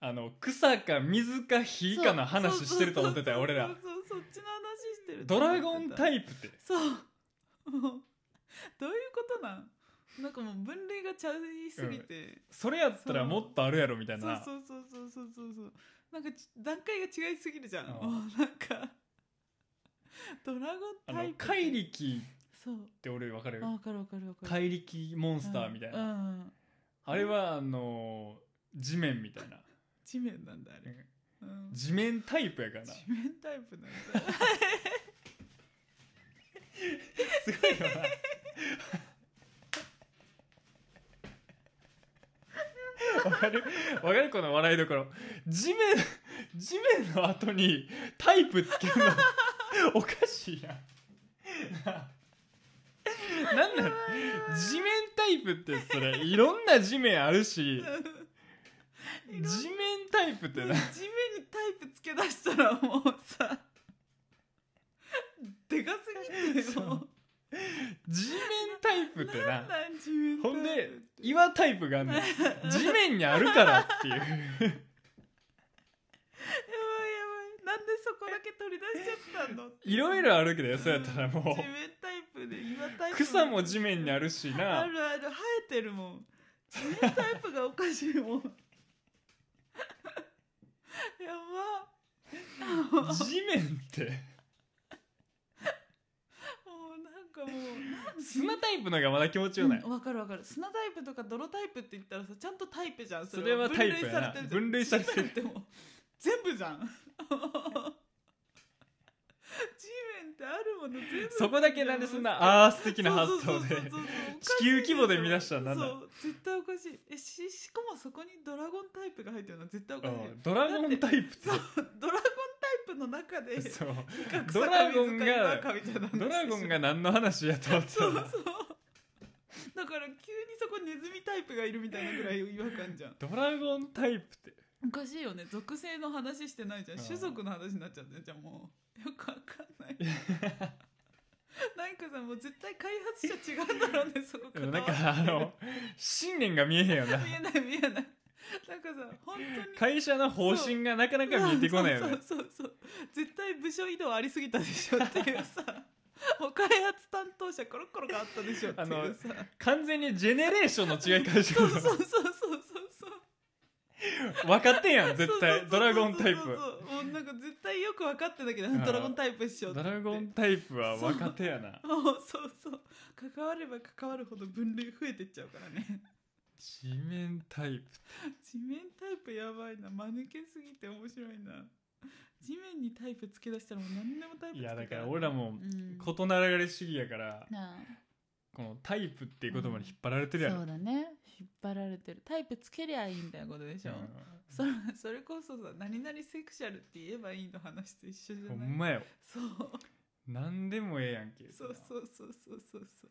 あの草か水かえ火かの話してると思ってたよそう俺らそうそうそうそっちの話してるとド思ってラた。ゴンタイプってそう。もうどういうことなん？なんかもう分類がちゃいすぎて。それやったらもっとあるやろみたいそうなそうそうそうそうそうそう。なんかち段階が違いすぎるじゃん。うんもうなんかドラゴあンタのイプ。怪。力そう。って俺分かるあわかるわかるわかる。怪力モンスターみたいうんなうんあれはあの地面みたいな地面なんだあれ。うん地面タイプやからな地す面タイプなんだ。ごいよなわかるわかるこの笑いどころ地面地面の後にタイプつけるのおかしいやんなんなん地面タイプってそれいろんな地面あるし地いろんな面タイプって 地面なにタイプつけ出したらもうさ でかすぎてもう地面タイプってななんなん地面タイプほんでい岩タイプがあんねん地面にあるからって いうやばいやばいなんでそこだけ取り出しちゃったのいろいろあるけどよそうやったら地も面タイプで岩タイうプ草も地面にあるしあなるある生えてるもん地面タイプがおかしいもん やば地面ってもうなんかもう砂タイプのがまだ気持ちよないうんわかるわかる砂タイプとか泥タイプって言ったらさちゃんとタイプじゃんそれはタイプやな分分類類さされれててるる地面ってもう全部じゃん地面ってあるもの全部そこだけなんでそんなアース的な発想で地球規模で見出したらなんだそう絶対おかしいえししかもそこにドラゴンタイプが入ってるのは絶対おかしいようんドラゴンタイプそうっドラゴンタイプの中でてそう格差ドラゴンか水かが岩かみたいな話でしょドラゴンが何の話やと思ってたそうらそう だから急にそこネズミタイプがいるみたいなぐらい違和感じゃんドラゴンタイプっておかしいよね属性の話してないじゃんうん種族の話になっちゃってじゃんもうよ くわかんないなんかさもう絶対開発 者違うんだろうねそこで関もなわんかってあの信念が見えへんよな見えない見えないなんかさ本当に会社の方針がなかなか見えてこないよね そうそうそうそう絶対部署移動ありすぎたでしょっていうさ もう開発担当者コロコロがあったでしょっていうさ完全にジェネレーションの違いからしてそるうそうそうそうそうそう分かってんやん絶そ対うドそうそうそラうゴンタイそうそうプそうもうなんか絶対よく分かってんだけどんドラゴンタイプっしょってドラゴンタイプは若手やなもうそうそう関われば関わるほど分類増えてっちゃうからね地面タイプ地面タイプやばいな間抜けすぎて面白いな地面にタイプつけ出したらもう何でもタイプついけやだ出から俺らもうん異なられ主義やからなあこのタイプっていう言葉に引っ張られてるやろ、そうだね引っ張られてるタイプつけりゃいいみたいなことでしょ、それそれこそさ何々セクシャルって言えばいいの話と一緒じうんゃほないんまよそう何でもええやんけそうそうそうそうそうそう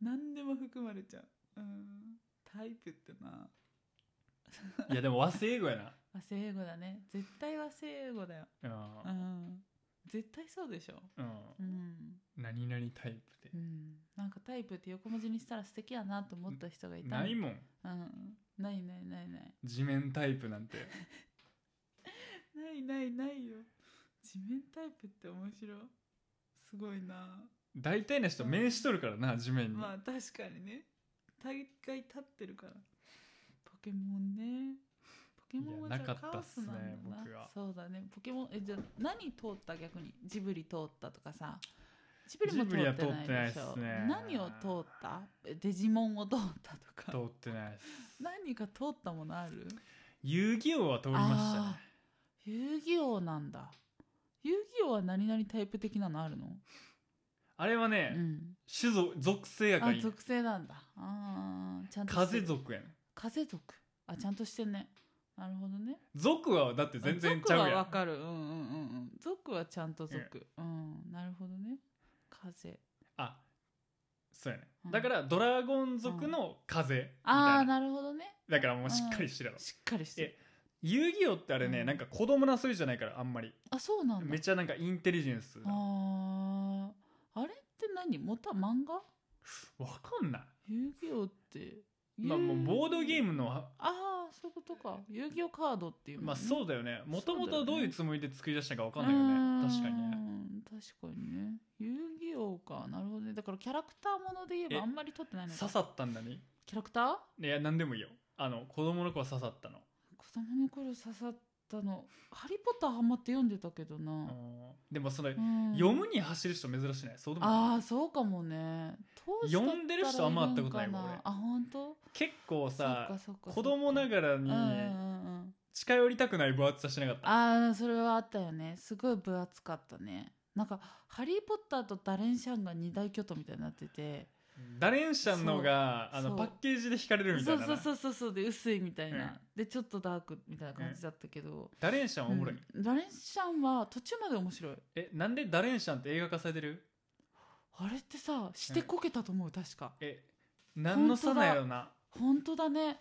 何でも含まれちゃううんタイプってないやでも和製英語やな和製英語だね絶対和製英語だよううん絶対そうでしょん、うん、うん、何々タイプでうん、なんかタイプって横文字にしたら素敵やなと思った人がいたないもんうん、ないないないない地面タイプなんてないないないよ地面タイプって面白いすごいな大体の人面しとるからな地面に、まあ確かにね大概立ってるからポケモンねポケモンはいやじゃあなかっカたオっスすねなんだな僕はそうだねポケモンえじゃあ何通った逆にジブリ通ったとかさジブリもジ通ブリはってないでし通っょてないっすね何を通ったえデジモンを通ったとか通ってないです何か通ったものある遊戯王は通りましたねあー遊戯王なんだ遊戯王は何々タイプ的なのあるの、あれはうね、ん種族属性やからあいいね属性なんだあーちゃんとして風る族やね風族あちゃんとしてんねなるほどね族はだって全然ちゃう族はやわかるうんうんうんうん族はちゃんと族、うんなるほどね風んあそうやね、うんだからドラゴン族の風みたいあな,、あなるほどねだからもうしっかりしてるやろしっかりしてる遊戯王ってあれね、うんなんか子供の遊びじゃないからあんまりあそうなんだめっちゃなんかインテリジェンスわあーあれって何元は漫画かんない遊戯王ってまあもうボードゲームムのああそういうことか遊戯王カードっていうまあうそうだよねもともそうだよとねどういうつもりで作り出したかわかうんないよね確かにーねん確かにね遊戯王かなるほどねだからキャラクターもので言ええばあんまり取ってないのか刺さったんだねキャラクターいや何でもいいよあの子供の子は刺さったの、子供の頃刺さったの「ハリー・ポッター」ハマって読んでたけどうな、んでもそれ、うん読むに走る人珍しいねそうでもないああそうかもね当時だったら読んでる人あんま会ったことないわるんか俺あ本当結構さそっかそっかそっか子供ながらうんにうんうんうん近寄りたくない分厚さしなかった、ああそれはあったよねすごい分厚かったねなんか「ハリー・ポッター」と「ダレン・シャン」が二大巨頭みたいになっててダレンシャンのがそうあのそうパッケージで惹かれるみたそいうななそうそうそうそうで薄いみたいな、うんでちょっとダークみたいな感じだったけど、ダレンシャンおもろい、うんダレン・シャンは途中まで面白いえなんでダレンシャンって映画化されてるあれってさしてこけたと思う、確かえ何の差なんやろな本当だね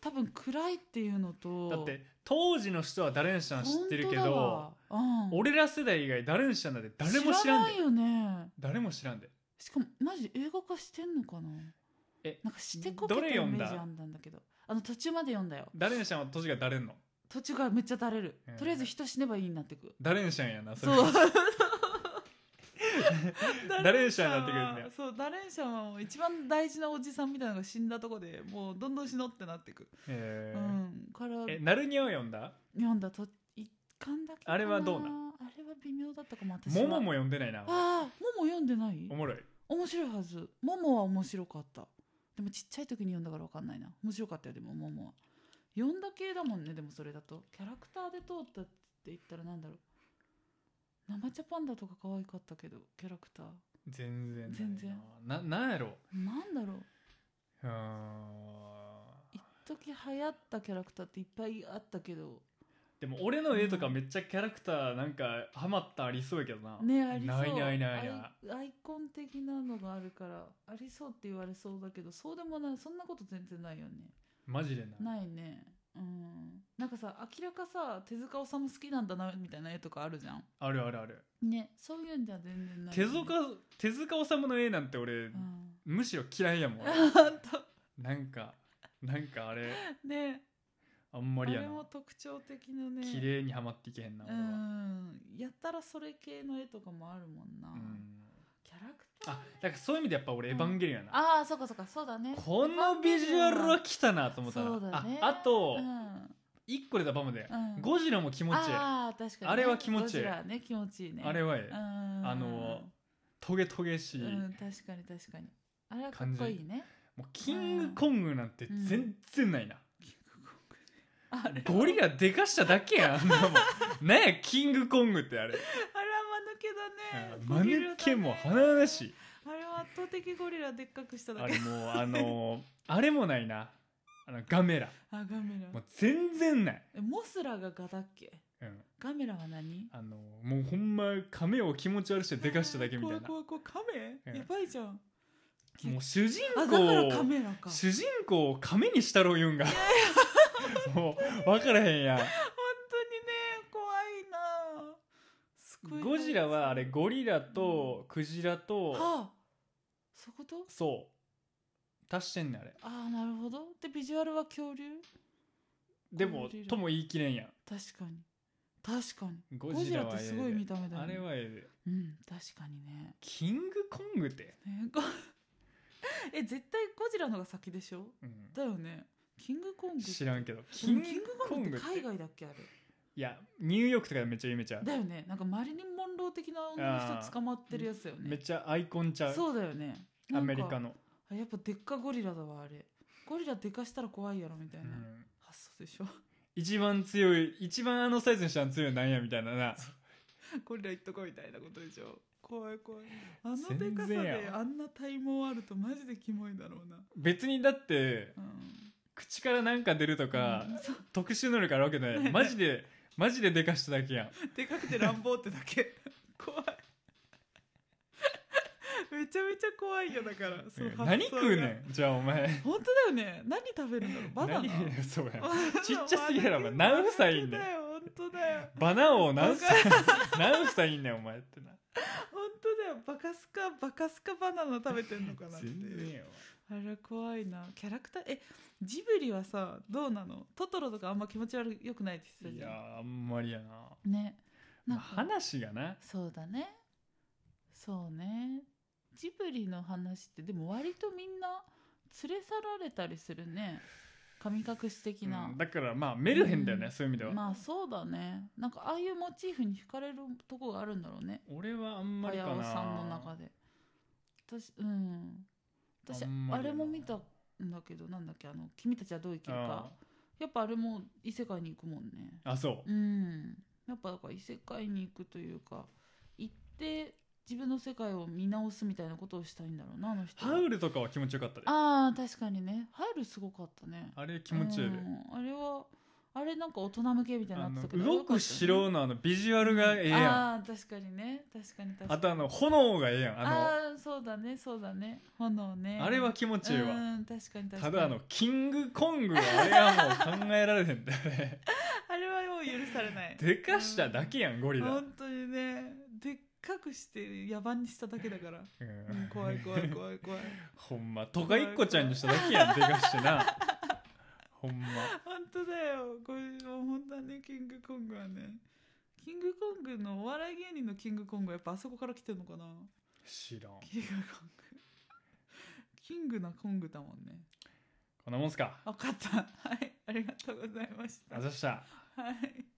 多分暗いっていうのとだって当時の人はダレンシャン知ってるけ本当だどわうん、俺ら世代以外ダレンシャンなんて誰も知らんでないよね誰も知らんでしかもマジ映画化してんのかなえなんかしてこけどたれイ読メんだージあんだんだけどあの途中まで読んだよダレンシャンは年がだれんの途中からめっちゃだれる、うんとりあえず人死ねばいいになってくダレンシャンやなそれそう ダレンシャンになってくるんだよそうダレンシャンはもう一番大事なおじさんみたいなのが死んだとこでもうどんどん死のってなってく、えーうんからえナルニアを読んだ読んだと一巻だけかなあれはどうなあれは微妙だったかも私はモモも読んでないなああモモ読んでないおもろい面白いはずモモは面白かったでもちっちゃい時に読んだから分かんないな面白かったよでもモモは読んだ系だもんねでもそれだとキャラクターで通ったって言ったらなんだろう生茶パンダとか可愛かったけどキャラクター全然ないな全然ななんやろなんだろううーん一時流行ったキャラクターっていっぱいあったけどでも俺の絵とかめっちゃキャラクターなんかハマったありそうやけどなねありそうないないないないアイアイコン的なのがあるからありそうって言われそうだけどそうでもないそんなこと全然ないよねマジでないないねうんなんかさ明らかさ手塚治虫好きなんだなみたいな絵とかあるじゃんあるあるあるねそういうんじゃ全然ない手よね、塚手塚治虫の絵なんて俺、うん むしろ嫌いやもんあほんとなんかなんかあれねあんまありやれなも特徴的なね綺麗にはまっていけへんなう俺は、んやったらそれ系の絵とかもあるもんな、うんキャラクターあだからそういう意味でやっぱ俺エヴァンゲリオンやな、ああそうかそうかそうだねこのビジュアルは来たなと思ったそうな、だねああとうん1個出たバムで、うんゴジラも気持ちいいあああ確かにねあれは気持ちいいゴジラね気持ちいいねれはええ、ああのトゲトゲしうい、ん確かに確かにあれはかっこいいねもうキングコングなんて全然ないな、あれゴリラでかしただけやんあんなもんなんやキングコングってあ れあれは間抜けだねマネケンも華々しいあれは圧倒的ゴリラでっかくしただあけれもうあのー あれもないなあのガメラあガメもラう全然ない、えモスラがガだっけうん、ガメラは何あのーもうほんま亀を気持ち悪してでかしただけみたいな怖い怖い怖いカうんメやばいじゃん怖いもう主人あだからカ公メラか主人公を亀にしたろ言うんがもう分からへんやん本当にね怖いなあすごいゴジラはあれゴリラとクジラと、はあそういうことそう足してんねんあれああなるほどでビジュアルは恐竜でもゴリラとも言い切れんやん確かに確かにゴゴジジララはってすごい見た目だよあねれはええでうん確かにねキングコングって、ねごえ絶対ゴジラの方が先でしょうんだよねキングコング知らんけどキンキングコングってって海外だっけあれいやニューヨークとかでめっちゃ有名ちゃうだよねなんかマリリン・モンロー的な女の人捕まってるやつだよめっねちゃアイコンちゃうそうだよねアメリカのの、やっぱでっかゴリラだわあれゴリラでかしたら怖いやろみたいうなん発想でしょ一番強い一番あのサイズにしたら強いのなんやみたいななゴリラ行っとこうみたいなことでしょ怖い怖いあので全かさ然やであんな体毛あるとマジでキモいだろうな別にだってうん口からなんか出るとか、うんそう特殊能力あるわけ ないマジでマジででかしただけやんでかくて乱暴ってだ け怖いめちゃめちゃ怖いよだからその何発想が食うねんじゃあお前本当だよね何食べるんだろうバナナ 何そうやちっちゃすぎやろお前真何歳いん真ねん似だよ本当だよバナナを何歳何歳いんねんお前ってな本当だよバカスカバカスカバナナ食べてんのかなって全然やわあれ怖いなキャラクターえジブリはさどうなのトトロとかあんま気持ち悪よくないって言っいてたやじゃーあんまりやな、んねまなあんか話がなそうだねそうねジブリの話ってでも割とみんな連れ去られたりするね神隠し的な、うんだからまあメルヘンだよね、うんそういう意味では、まあそうだねなんかああいうモチーフに惹かれるとこがあるんだろうね俺はあんまり綾か尾なさんの中で私うん私ああんまりれもな見たんだけどなんだっけあの君たちはどう生きるあかやっぱあれも異世界に行くもんねーあそううん、やっぱだから異世界に行くというか行って自分の世界を見直すみたいなことをしたいんだろうなあの人はハウルとかは気持ちよかったでああー確かにねハウルすごかったねれ気持ちいいで、うんあれはあれなんか大人向けみたいになあってのたけど動く城のあのビジュアルがええやん、ああー確かにね確かに確かにあとあの炎がええやんあのああーそうだねそうだね炎ねれは気持ちいいわ、うん確かに確かにただあのキングコングはあれはもう考えられへんだよ ね あれはもう許されないでかしただけやんゴリラ、本当にねでっかくして野蛮にしただけだからうんうん怖い怖い怖い怖いほんまとかいっこちゃんにしただけやんでかしてなほんま本当だよこれもう本当はねキングコングはねキングコングのお笑い芸人のキングコングはやっぱあそこから来てるのかな知らんキングコングキングなコングだもんねこんなもんすか分かったはいありがとうございましあたざっしたはい